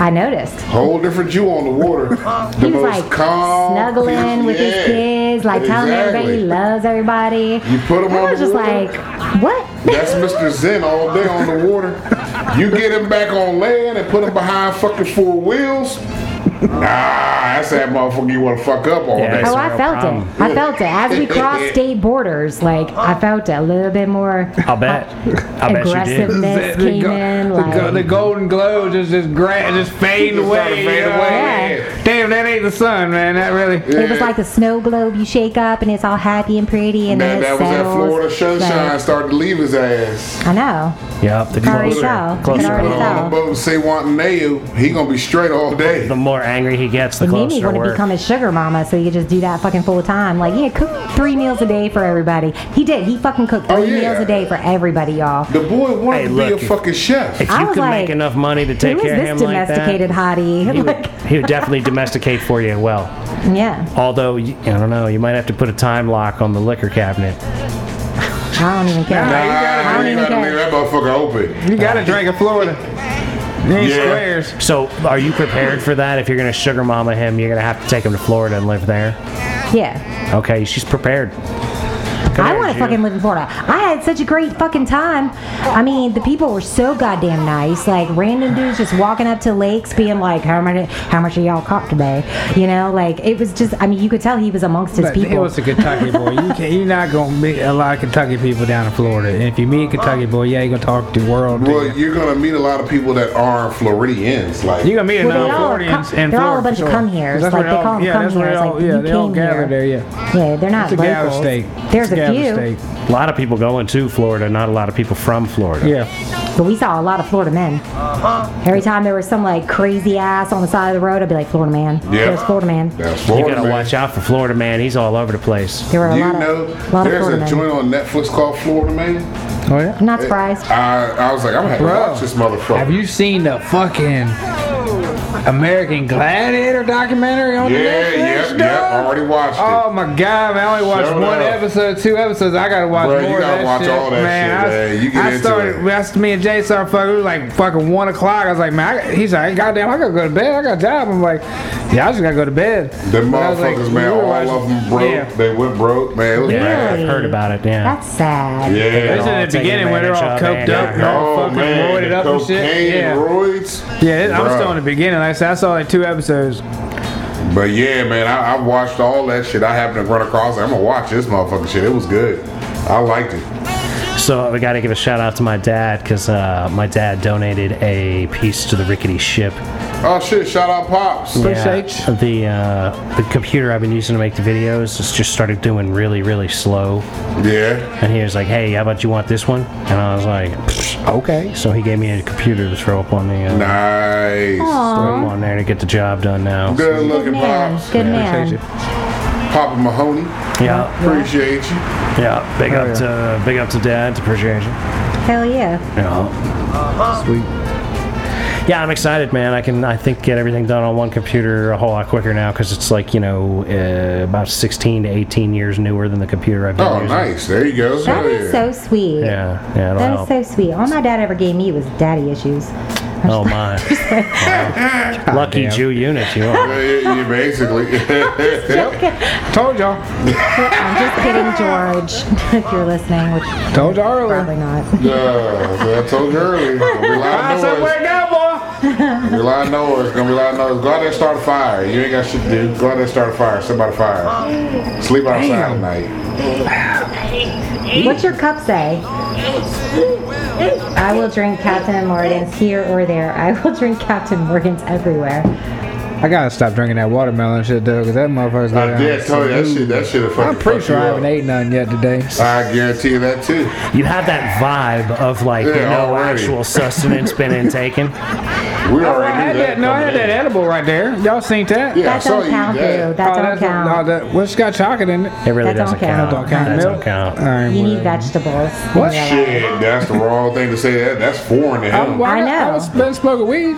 Speaker 4: I noticed.
Speaker 3: Whole different Jew on the water. The
Speaker 4: He was
Speaker 3: most
Speaker 4: like
Speaker 3: calm,
Speaker 4: snuggling with his
Speaker 3: yeah.
Speaker 4: kids, like telling everybody he
Speaker 3: Exactly.
Speaker 4: loves everybody.
Speaker 3: You put him
Speaker 4: I
Speaker 3: on
Speaker 4: was
Speaker 3: the
Speaker 4: just
Speaker 3: water.
Speaker 4: like, what?
Speaker 3: That's Mr. Zen all day on the water. You get him back on land and put him behind fucking four wheels. Nah, that's that motherfucker you want to fuck up all
Speaker 1: Yeah.
Speaker 3: day.
Speaker 4: Oh, I
Speaker 1: real
Speaker 4: felt
Speaker 1: problem.
Speaker 4: it. I felt it. As we crossed state borders, like I felt it a little bit more.
Speaker 1: I'll bet. I bet you did.
Speaker 4: Aggressiveness
Speaker 2: The- the
Speaker 4: came
Speaker 2: go-
Speaker 4: in.
Speaker 2: the go- the
Speaker 4: Like,
Speaker 2: golden glow just just gra- just fading
Speaker 3: Just started
Speaker 2: away.
Speaker 3: fading
Speaker 2: you know?
Speaker 3: away.
Speaker 4: Yeah.
Speaker 2: Damn, that ain't the sun, man. That really.
Speaker 4: it was like the snow globe you shake up and it's all happy and pretty and
Speaker 3: Man,
Speaker 4: then it
Speaker 3: that was that
Speaker 4: settles.
Speaker 3: Florida sunshine
Speaker 4: Like,
Speaker 3: started to leave his ass.
Speaker 4: I know.
Speaker 1: Yep. The
Speaker 4: Sorry,
Speaker 1: closer,
Speaker 4: so.
Speaker 1: closer.
Speaker 4: Sorry,
Speaker 1: we
Speaker 3: Put
Speaker 1: get,
Speaker 3: him on the boat and say wanting nail, he gonna be straight all day.
Speaker 1: The more angry he gets, the
Speaker 4: It made
Speaker 1: closer
Speaker 4: me
Speaker 1: to
Speaker 4: want to
Speaker 1: work.
Speaker 4: become a sugar mama so you could just do that fucking full time. Like, yeah, cook three meals a day for everybody. He did. He fucking cooked three
Speaker 3: Oh, yeah.
Speaker 4: meals a day for everybody, y'all.
Speaker 3: The boy wanted
Speaker 1: Hey,
Speaker 3: to
Speaker 1: look,
Speaker 3: be a fucking chef.
Speaker 1: If
Speaker 4: I
Speaker 1: you
Speaker 4: was
Speaker 1: could
Speaker 4: like,
Speaker 1: make enough money to
Speaker 4: Who
Speaker 1: take
Speaker 4: is
Speaker 1: care of him
Speaker 4: this
Speaker 1: like that,
Speaker 4: domesticated hottie?
Speaker 1: he would,
Speaker 4: Like,
Speaker 1: he would definitely domesticate for you well.
Speaker 4: yeah.
Speaker 1: Although, y- I don't know, you might have to put a time lock on the liquor cabinet.
Speaker 4: I don't even care.
Speaker 3: nah,
Speaker 2: you gotta-
Speaker 4: I don't
Speaker 3: you
Speaker 4: even
Speaker 3: gotta leave
Speaker 4: care.
Speaker 3: that motherfucker open.
Speaker 2: You gotta drink in Florida. You ain't
Speaker 3: Yeah.
Speaker 2: squares.
Speaker 1: So, are you prepared for that? If you're going to sugar mama him, you're going to have to take him to Florida and live there.
Speaker 4: Yeah.
Speaker 1: Okay, she's prepared. Come
Speaker 4: I
Speaker 1: on,
Speaker 4: want to
Speaker 1: Ju.
Speaker 4: fucking live in Florida. I had such a great fucking time. I mean, the people were so goddamn nice. Like random dudes just walking up to lakes, being like, "How much? How much are y'all caught today?" You know, like it was just. I mean, you could tell he was amongst his
Speaker 2: But
Speaker 4: people.
Speaker 2: It was a Kentucky boy. You can, you're not gonna meet a lot of Kentucky people down in Florida. And if you meet a Kentucky boy, yeah, you're gonna talk to the world.
Speaker 3: Well,
Speaker 2: Well,
Speaker 3: you're gonna meet a lot of people that are Floridians. Like
Speaker 2: you're gonna meet a
Speaker 4: Well, they
Speaker 2: lot of
Speaker 4: all are
Speaker 2: Floridians
Speaker 4: come-
Speaker 2: and
Speaker 4: they're all a
Speaker 2: Florida,
Speaker 4: bunch of
Speaker 2: sure.
Speaker 4: come heres.
Speaker 2: That's where
Speaker 4: Like, they
Speaker 2: all-
Speaker 4: call 'em
Speaker 2: yeah,
Speaker 4: come
Speaker 2: that's where
Speaker 4: heres,
Speaker 2: they all-
Speaker 4: like,
Speaker 2: yeah,
Speaker 4: you
Speaker 2: they all
Speaker 4: came
Speaker 2: gather
Speaker 4: here.
Speaker 2: there. Yeah,
Speaker 4: yeah, they're not
Speaker 2: it's a gather
Speaker 4: locals.
Speaker 2: state.
Speaker 4: There's
Speaker 2: It's
Speaker 4: a
Speaker 2: gather
Speaker 4: few,
Speaker 2: state.
Speaker 1: A lot of people going to Florida, not a lot of people from Florida.
Speaker 2: Yeah,
Speaker 4: but we saw a lot of Florida men.
Speaker 3: Uh-huh.
Speaker 4: Every time there was some like crazy ass on the side of the road, I'd be like, "Florida man,
Speaker 3: Yeah.
Speaker 4: there's Florida man."
Speaker 3: that's
Speaker 1: You
Speaker 3: Florida.
Speaker 1: gotta
Speaker 3: man.
Speaker 1: watch out for Florida man. He's all over the place.
Speaker 4: There were a
Speaker 3: Do you
Speaker 4: lot
Speaker 3: know
Speaker 4: of, lot of
Speaker 3: there's
Speaker 4: Florida
Speaker 3: a
Speaker 4: men.
Speaker 3: joint on Netflix called Florida Man?
Speaker 2: oh yeah.
Speaker 4: I'm not surprised.
Speaker 3: I, I was like, I'm gonna have to
Speaker 2: Bro,
Speaker 3: watch this motherfucker.
Speaker 2: Have you seen the fucking American Gladiator documentary on
Speaker 3: Yeah,
Speaker 2: Netflix?
Speaker 3: yep,
Speaker 2: dog?
Speaker 3: yep, already watched it.
Speaker 2: Oh my god, man! I only watched
Speaker 3: Showed
Speaker 2: one
Speaker 3: up.
Speaker 2: episode, two episodes. I gotta watch
Speaker 3: Bro, you
Speaker 2: more.
Speaker 3: gotta
Speaker 2: of that
Speaker 3: watch
Speaker 2: shit.
Speaker 3: all that
Speaker 2: man,
Speaker 3: shit,
Speaker 2: I,
Speaker 3: man. You get
Speaker 2: I
Speaker 3: into
Speaker 2: started.
Speaker 3: it.
Speaker 2: That's me and Jay started fucking. It was like fucking one o'clock. I was like, man, I, he's like, goddamn, I gotta go to bed. I got a job. I'm like, yeah, I just gotta go to bed.
Speaker 3: The
Speaker 2: But I was like,
Speaker 3: motherfuckers, man,
Speaker 2: we were
Speaker 3: all
Speaker 2: watching-
Speaker 3: of them broke.
Speaker 2: Yeah.
Speaker 3: They went broke, man. It was
Speaker 1: Yeah,
Speaker 3: bad.
Speaker 1: I've heard about it. Yeah.
Speaker 4: That's sad.
Speaker 3: Yeah.
Speaker 2: This is the
Speaker 1: taking
Speaker 2: beginning when they're all
Speaker 1: advantage of it.
Speaker 2: coked up, and all
Speaker 3: Oh
Speaker 2: fucking
Speaker 3: man,
Speaker 2: roided
Speaker 3: the
Speaker 2: up and
Speaker 3: cocaine
Speaker 2: shit. Yeah.
Speaker 3: roids.
Speaker 2: Yeah, I'm still in the
Speaker 3: Bruh.
Speaker 2: beginning. Like I said, I saw like two episodes.
Speaker 3: But yeah, man, I, I watched all that shit. I happened to run across. it. I'm gonna watch this motherfucking shit. It was good. I liked it.
Speaker 1: So we got to give a shout out to my dad because uh, my dad donated a piece to the rickety ship.
Speaker 3: Oh shit! Shout out pops.
Speaker 2: Appreciate
Speaker 1: Yeah, the uh, the computer I've been using to make the videos has just started doing really really slow,
Speaker 3: Yeah.
Speaker 1: and he was like, "Hey, how about you want this one?" And I was like, "Pfft, "Okay." So he gave me a computer to throw up on the uh,
Speaker 3: Nice.
Speaker 1: throw
Speaker 4: Aw.
Speaker 1: up on there to get the job done now.
Speaker 3: Good
Speaker 4: Oh, Good
Speaker 3: looking
Speaker 4: man.
Speaker 3: pops.
Speaker 4: Good
Speaker 2: Appreciate
Speaker 4: man.
Speaker 2: you.
Speaker 3: Papa Mahoney.
Speaker 1: Yeah,
Speaker 3: Appreciate you.
Speaker 1: yeah. Big
Speaker 2: yeah.
Speaker 1: up to big up to dad to appreciation.
Speaker 4: Hell yeah.
Speaker 1: Yeah.
Speaker 2: Sweet.
Speaker 1: Yeah, I'm excited, man. I can, I think, get everything done on one computer a whole lot quicker now because it's like you know uh, about 16 to 18 years newer than the computer I've been
Speaker 3: Oh,
Speaker 1: using.
Speaker 3: nice. There you go.
Speaker 4: That
Speaker 3: Hell
Speaker 4: is
Speaker 3: yeah.
Speaker 4: so sweet.
Speaker 1: Yeah, yeah, it'll
Speaker 4: That
Speaker 1: help.
Speaker 4: is so sweet. All my dad ever gave me was daddy issues.
Speaker 1: oh my, Wow. lucky
Speaker 2: damn.
Speaker 1: Jew unit you are.
Speaker 3: Yeah, yeah, yeah, basically.
Speaker 2: Told y'all.
Speaker 4: I'm just kidding, George, if you're listening, which
Speaker 2: Told y'all earlier.
Speaker 4: probably not.
Speaker 3: Yeah, so I told you earlier. Gonna be a lot
Speaker 2: Find
Speaker 3: of noise.
Speaker 2: somewhere to go, boy.
Speaker 3: Gonna be a lot of noise. Gonna be a lot of noise. Go out there and start a fire. You ain't got shit to do. Go out there and start a fire. Sit by the fire. Sleep outside at night.
Speaker 4: What's your cup say? I will drink Captain Morgan's here or there. I will drink Captain Morgan's everywhere.
Speaker 2: I gotta stop drinking that watermelon shit though, cause that motherfucker's
Speaker 3: I
Speaker 2: got.
Speaker 3: did tell you that shit. That shit.
Speaker 2: I'm pretty sure I
Speaker 4: eh?
Speaker 2: haven't ate none yet today.
Speaker 3: I guarantee you that too.
Speaker 1: You have that vibe of like
Speaker 3: Yeah,
Speaker 1: no
Speaker 3: already.
Speaker 1: actual sustenance been intaken.
Speaker 3: We
Speaker 2: Oh, I
Speaker 3: already
Speaker 2: had
Speaker 3: knew that.
Speaker 2: that. No, I had
Speaker 3: coming
Speaker 2: that
Speaker 3: in.
Speaker 2: edible right there. Y'all seen that?
Speaker 3: Yeah, I
Speaker 4: That
Speaker 3: saw
Speaker 4: don't
Speaker 3: you
Speaker 4: count,
Speaker 3: eat
Speaker 4: though. That
Speaker 3: that.
Speaker 1: Oh,
Speaker 4: don't count.
Speaker 2: that, well, it's got chocolate in it.
Speaker 1: It really
Speaker 4: That
Speaker 1: doesn't
Speaker 4: don't
Speaker 1: count.
Speaker 4: count. Don't count.
Speaker 1: That
Speaker 2: Milk?
Speaker 1: don't count.
Speaker 2: All right,
Speaker 4: You need
Speaker 2: whatever.
Speaker 4: vegetables. in
Speaker 2: What?
Speaker 4: your life.
Speaker 3: Shit, that's the wrong thing to say. That that's foreign to
Speaker 2: I'm,
Speaker 3: him.
Speaker 2: well,
Speaker 4: I know.
Speaker 2: I've been smoking weed.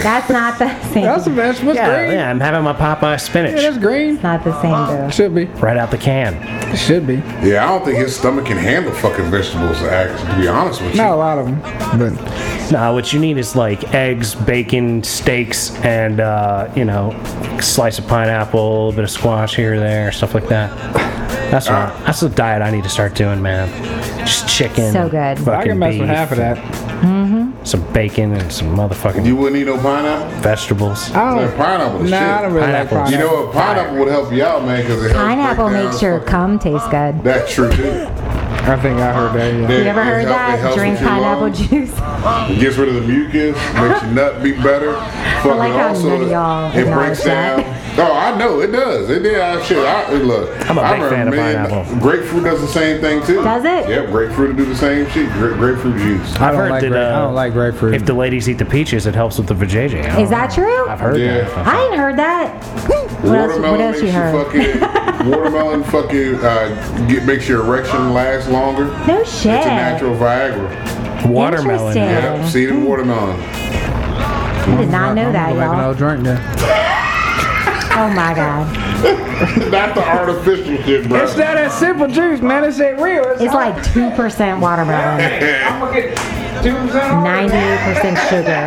Speaker 4: That's not the same.
Speaker 2: That's the best. What's
Speaker 1: Yeah,
Speaker 2: green?
Speaker 1: yeah, I'm having my Popeye
Speaker 2: Yeah,
Speaker 1: spinach
Speaker 2: that's green.
Speaker 4: not the same, boo.
Speaker 2: Should be.
Speaker 1: right out the can.
Speaker 2: Should be.
Speaker 3: Yeah, I don't think his stomach can handle fucking vegetables. Actually, to be honest with you.
Speaker 2: Not a lot of them, but
Speaker 1: Nah, what you need is like eggs, bacon, steaks, and uh, you know, slice of pineapple, a bit of squash here or there, stuff like that. That's what,
Speaker 3: Ah.
Speaker 1: that's the diet I need to start doing, man. Just chicken,
Speaker 4: So good.
Speaker 1: fucking
Speaker 2: I can mess
Speaker 1: beef,
Speaker 2: with half of that.
Speaker 1: some bacon, and some motherfucking
Speaker 3: You wouldn't eat no pineapple.
Speaker 1: vegetables.
Speaker 2: I
Speaker 3: Man,
Speaker 2: don't.
Speaker 3: pineapple. is
Speaker 2: Nah, I
Speaker 3: shit.
Speaker 2: don't really like
Speaker 1: Pineapple.
Speaker 2: pineapple.
Speaker 3: You know what? Pineapple would help you out, man, because
Speaker 4: Pineapple makes your cum taste good.
Speaker 3: That's true too.
Speaker 2: I think I heard that. Yeah.
Speaker 3: Yeah,
Speaker 4: You ever
Speaker 3: it help-
Speaker 4: heard
Speaker 3: it
Speaker 4: that?
Speaker 3: helps
Speaker 4: Drink
Speaker 3: with your
Speaker 4: pineapple
Speaker 3: lungs.
Speaker 4: juice.
Speaker 3: It gets rid of the mucus, makes your nut be better. Fucking
Speaker 4: like how
Speaker 3: also,
Speaker 4: none of y'all
Speaker 3: it
Speaker 4: acknowledge
Speaker 3: breaks
Speaker 4: that.
Speaker 3: down. Oh, I know it does. It did. I shit. I, look,
Speaker 1: I'm a
Speaker 3: I
Speaker 1: big fan of
Speaker 3: recommend-
Speaker 1: pineapple.
Speaker 3: Grapefruit does the same thing too.
Speaker 4: Does it?
Speaker 3: Yep, grapefruit will do the same shit. Grape, grapefruit juice.
Speaker 1: I've
Speaker 2: don't
Speaker 1: heard
Speaker 2: like
Speaker 1: that
Speaker 2: grape-
Speaker 1: uh,
Speaker 2: I don't like grapefruit.
Speaker 1: If the ladies eat the peaches, it helps with the vajayjay.
Speaker 4: Is that true?
Speaker 1: I've heard
Speaker 3: Yeah.
Speaker 1: that.
Speaker 4: I ain't heard that. What else,
Speaker 3: Watermelon
Speaker 4: what else
Speaker 3: makes
Speaker 4: you heard?
Speaker 3: fucking watermelon fucking uh, get, makes your erection last longer.
Speaker 4: No
Speaker 3: It's a
Speaker 4: shit.
Speaker 3: natural Viagra.
Speaker 1: Watermelon.
Speaker 4: Interesting.
Speaker 1: yeah.
Speaker 3: Yep, seeded watermelon.
Speaker 4: I did not know that,
Speaker 2: Go back and I'll
Speaker 4: y'all.
Speaker 2: drink that.
Speaker 4: Oh my god.
Speaker 3: Not the artificial shit, bro.
Speaker 2: It's not that simple juice, man. It's that real.
Speaker 4: It's like 2% watermelon,
Speaker 2: I'm gonna get two percent
Speaker 4: 98% sugar.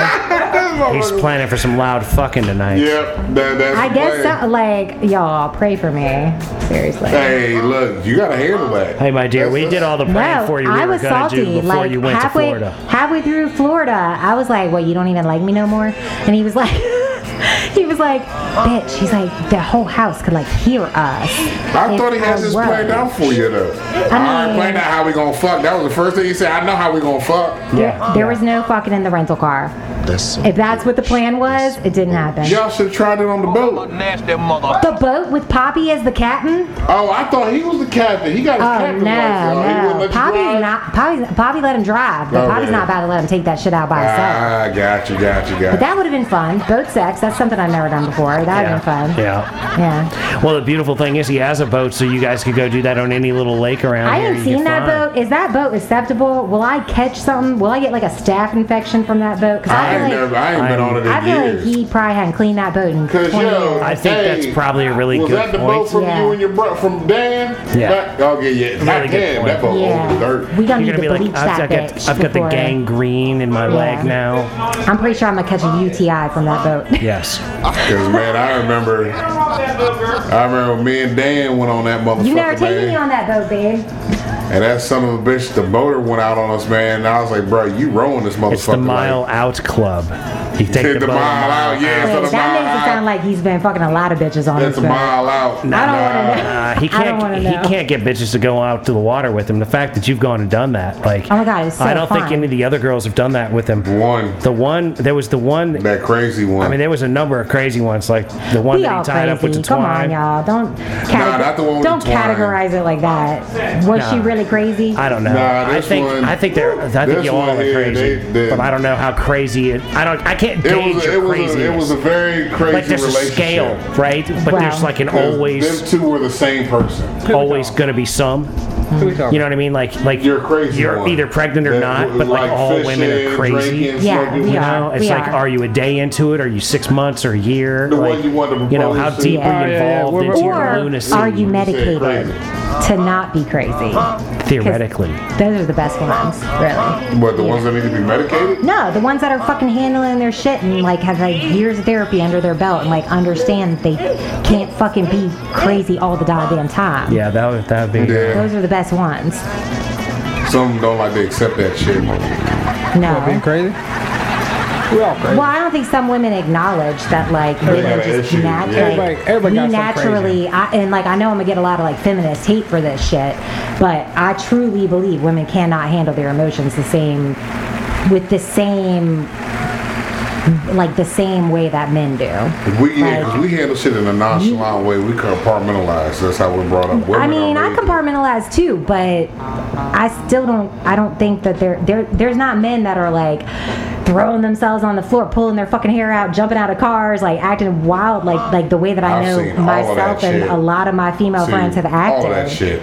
Speaker 1: He's
Speaker 3: motherfucker-
Speaker 1: planning for some loud fucking tonight.
Speaker 3: Yep, that, that's
Speaker 4: I
Speaker 3: the
Speaker 4: guess
Speaker 3: plan.
Speaker 4: so, like y'all pray for me. Seriously.
Speaker 3: Hey, look, you gotta handle that.
Speaker 1: Hey, my dear, we
Speaker 3: That's-
Speaker 1: did all the praying
Speaker 4: No,
Speaker 1: for you. We
Speaker 4: I
Speaker 1: were
Speaker 4: was
Speaker 1: gonna do
Speaker 4: salty.
Speaker 1: before
Speaker 4: Like
Speaker 1: you went
Speaker 4: halfway,
Speaker 1: to Florida.
Speaker 4: halfway through Florida, I was like, "Well, you don't even like me no more." And he was like, "He was like, bitch." He's like, "The whole house could like hear us."
Speaker 3: I
Speaker 4: if
Speaker 3: thought he had this
Speaker 4: were."
Speaker 3: planned out for you though. I
Speaker 4: mean-
Speaker 3: already planned out how we gonna fuck. That was the first thing he said. I know how we gonna fuck.
Speaker 1: Yeah.
Speaker 4: There was no fucking in the rental car.
Speaker 6: That's
Speaker 4: If that's what the plan was, it didn't happen.
Speaker 3: Y'all should have tried it on the boat.
Speaker 4: The boat with Poppy as the captain?
Speaker 3: Oh, I thought he was the captain. He got his
Speaker 4: Oh no,
Speaker 3: captain license. Oh, he wouldn't
Speaker 4: no.
Speaker 3: let you
Speaker 4: Poppy's
Speaker 3: drive?
Speaker 4: not. Poppy's, Poppy let him drive, but
Speaker 3: Oh,
Speaker 4: Poppy's
Speaker 3: really?
Speaker 4: not about to let him take that shit out by himself.
Speaker 3: Ah, gotcha, gotcha,
Speaker 4: But
Speaker 3: gotcha.
Speaker 4: that would have been fun. Boat sex. That's something I've never done before. That would have been fun.
Speaker 1: Yeah.
Speaker 4: Yeah.
Speaker 1: Well, the beautiful thing is he has a boat, so you guys could go do that on any little lake around
Speaker 4: I
Speaker 1: here.
Speaker 4: haven't
Speaker 1: You
Speaker 4: seen
Speaker 1: could
Speaker 4: that
Speaker 1: find-
Speaker 4: boat. Is that boat acceptable? Will I catch something? Will I get like a staph infection from that boat? Because
Speaker 3: I ain't
Speaker 4: I, feel
Speaker 3: never,
Speaker 4: like,
Speaker 3: I ain't been on it in
Speaker 4: I feel
Speaker 3: years.
Speaker 4: like he probably hadn't cleaned that boat in 20
Speaker 3: Cause yo,
Speaker 4: years.
Speaker 1: I think
Speaker 3: hey,
Speaker 1: that's probably a really
Speaker 3: was
Speaker 1: good
Speaker 3: that the
Speaker 1: point.
Speaker 3: boat from
Speaker 4: Yeah.
Speaker 3: you and your brother from Dan?
Speaker 1: Yeah.
Speaker 3: That, oh yeah, yeah. Not
Speaker 1: Really good
Speaker 3: Dan.
Speaker 1: point.
Speaker 3: That boat yeah.
Speaker 4: Yeah.
Speaker 3: dirt.
Speaker 4: We gonna
Speaker 1: You're
Speaker 4: need
Speaker 1: gonna
Speaker 4: to
Speaker 1: be
Speaker 4: bleach
Speaker 1: like,
Speaker 4: that
Speaker 1: I've, I've
Speaker 4: bitch
Speaker 1: got, I've got the
Speaker 4: before-
Speaker 1: gangrene in my leg now.
Speaker 4: I'm pretty sure I'm gonna catch a UTI from that boat.
Speaker 1: Yes.
Speaker 3: Cause man, I remember, I remember me and Dan went on that motherfucker,
Speaker 4: You've never taken
Speaker 3: man.
Speaker 4: me on that boat, babe.
Speaker 3: and that son of a bitch, the motor went out on us, man. And I was like, bro, you rowing this motherfucker?
Speaker 1: It's the mile out club. You take
Speaker 3: Take
Speaker 1: the,
Speaker 3: the
Speaker 1: boat
Speaker 3: mile out, yeah.
Speaker 4: Wait,
Speaker 3: It's a mile
Speaker 4: that makes it
Speaker 3: out.
Speaker 4: sound like he's been fucking a lot of bitches on
Speaker 3: That's
Speaker 4: this
Speaker 3: a
Speaker 4: boat.
Speaker 3: mile out.
Speaker 4: I don't wanna know.
Speaker 1: Uh, he
Speaker 4: I don't wanna
Speaker 1: can't. He
Speaker 4: know.
Speaker 1: can't get bitches to go out to the water with him. The fact that you've gone and done that, like,
Speaker 4: Oh my God, it's so
Speaker 1: I don't think
Speaker 4: fun.
Speaker 1: any of the other girls have done that with him.
Speaker 3: One,
Speaker 1: The one there was the one.
Speaker 3: that crazy one.
Speaker 1: I mean, there was a number of crazy ones, like the one
Speaker 4: We
Speaker 1: that
Speaker 4: all
Speaker 1: he tied
Speaker 4: crazy.
Speaker 1: up with the
Speaker 4: Come
Speaker 1: twine.
Speaker 4: on, y'all. Don't
Speaker 3: Nah, not the one with
Speaker 4: don't
Speaker 3: the twine.
Speaker 4: categorize it like that. Was she
Speaker 1: Nah.
Speaker 4: really crazy?
Speaker 1: I don't know.
Speaker 3: Nah,
Speaker 1: I
Speaker 3: this
Speaker 1: think
Speaker 3: one-
Speaker 1: I think they're. I think
Speaker 3: this
Speaker 1: you all
Speaker 3: one
Speaker 1: are
Speaker 3: here,
Speaker 1: crazy,
Speaker 3: they- they-
Speaker 1: but I don't know how crazy it. I don't. I can't
Speaker 3: it
Speaker 1: gauge
Speaker 3: was, a, it,
Speaker 1: your
Speaker 3: was a,
Speaker 1: craziness.
Speaker 3: it was a very crazy
Speaker 1: like there's a
Speaker 3: relationship.
Speaker 1: scale, right? But
Speaker 4: Wow.
Speaker 1: there's like an
Speaker 3: 'Cause
Speaker 1: always,
Speaker 3: them two were the same person.
Speaker 1: always gonna be some.
Speaker 2: Who we talking
Speaker 1: You know what I mean? Like, like
Speaker 3: You're crazy.
Speaker 1: You're
Speaker 3: one.
Speaker 1: either pregnant or
Speaker 3: That-
Speaker 1: not, but like, all women are
Speaker 3: fishing,
Speaker 1: crazy.
Speaker 3: drinking,
Speaker 4: Yeah,
Speaker 3: smoking,
Speaker 4: we
Speaker 1: You
Speaker 3: whatever.
Speaker 1: know,
Speaker 4: are.
Speaker 1: it's
Speaker 4: We
Speaker 1: like,
Speaker 4: are.
Speaker 1: are. you a day into it? Are you six months or a year?
Speaker 3: The one
Speaker 1: like,
Speaker 3: you wanted to
Speaker 1: you know, how
Speaker 3: propose to.
Speaker 1: deep
Speaker 4: Yeah.
Speaker 1: are you
Speaker 2: Oh, yeah, yeah.
Speaker 1: involved
Speaker 2: We're-
Speaker 1: into
Speaker 2: we're-
Speaker 1: your
Speaker 4: or
Speaker 1: lunacy?
Speaker 4: are you medicated
Speaker 3: crazy.
Speaker 4: to not be crazy? 'Cause
Speaker 1: theoretically?
Speaker 4: those are the best ones, really.
Speaker 3: But the ones that need to be medicated?
Speaker 4: No, the ones that are fucking handling their shit and like have like years of therapy under their belt and like understand they can't fucking be crazy all the goddamn time.
Speaker 1: Yeah, that would that would be.
Speaker 3: Yeah.
Speaker 4: Those are the best ones.
Speaker 3: Some don't like to accept that shit.
Speaker 2: about? Being
Speaker 4: No.
Speaker 2: crazy? We all crazy.
Speaker 4: Well, I don't think some women acknowledge that like women
Speaker 3: got an
Speaker 4: just
Speaker 3: issue,
Speaker 4: nat-
Speaker 3: yeah.
Speaker 4: like,
Speaker 2: Everybody- everybody
Speaker 4: we
Speaker 2: got something crazy.
Speaker 4: naturally I, and like I know I'm gonna get a lot of like feminist hate for this shit, but I truly believe women cannot handle their emotions the same with the same like the same way that men do.
Speaker 3: We, yeah, 'cause we handle shit in a nonchalant way. We compartmentalize. That's how we're brought up. Women
Speaker 4: I mean,
Speaker 3: are
Speaker 4: I
Speaker 3: made-
Speaker 4: compartmentalize too, but I still don't. I don't think that there there there's not men that are like throwing themselves on the floor, pulling their fucking hair out, jumping out of cars, like acting wild, like like the way that I
Speaker 3: I've
Speaker 4: know
Speaker 3: seen all of that
Speaker 4: myself and
Speaker 3: shit.
Speaker 4: a lot of my female
Speaker 3: See,
Speaker 4: friends have acted.
Speaker 3: All that shit.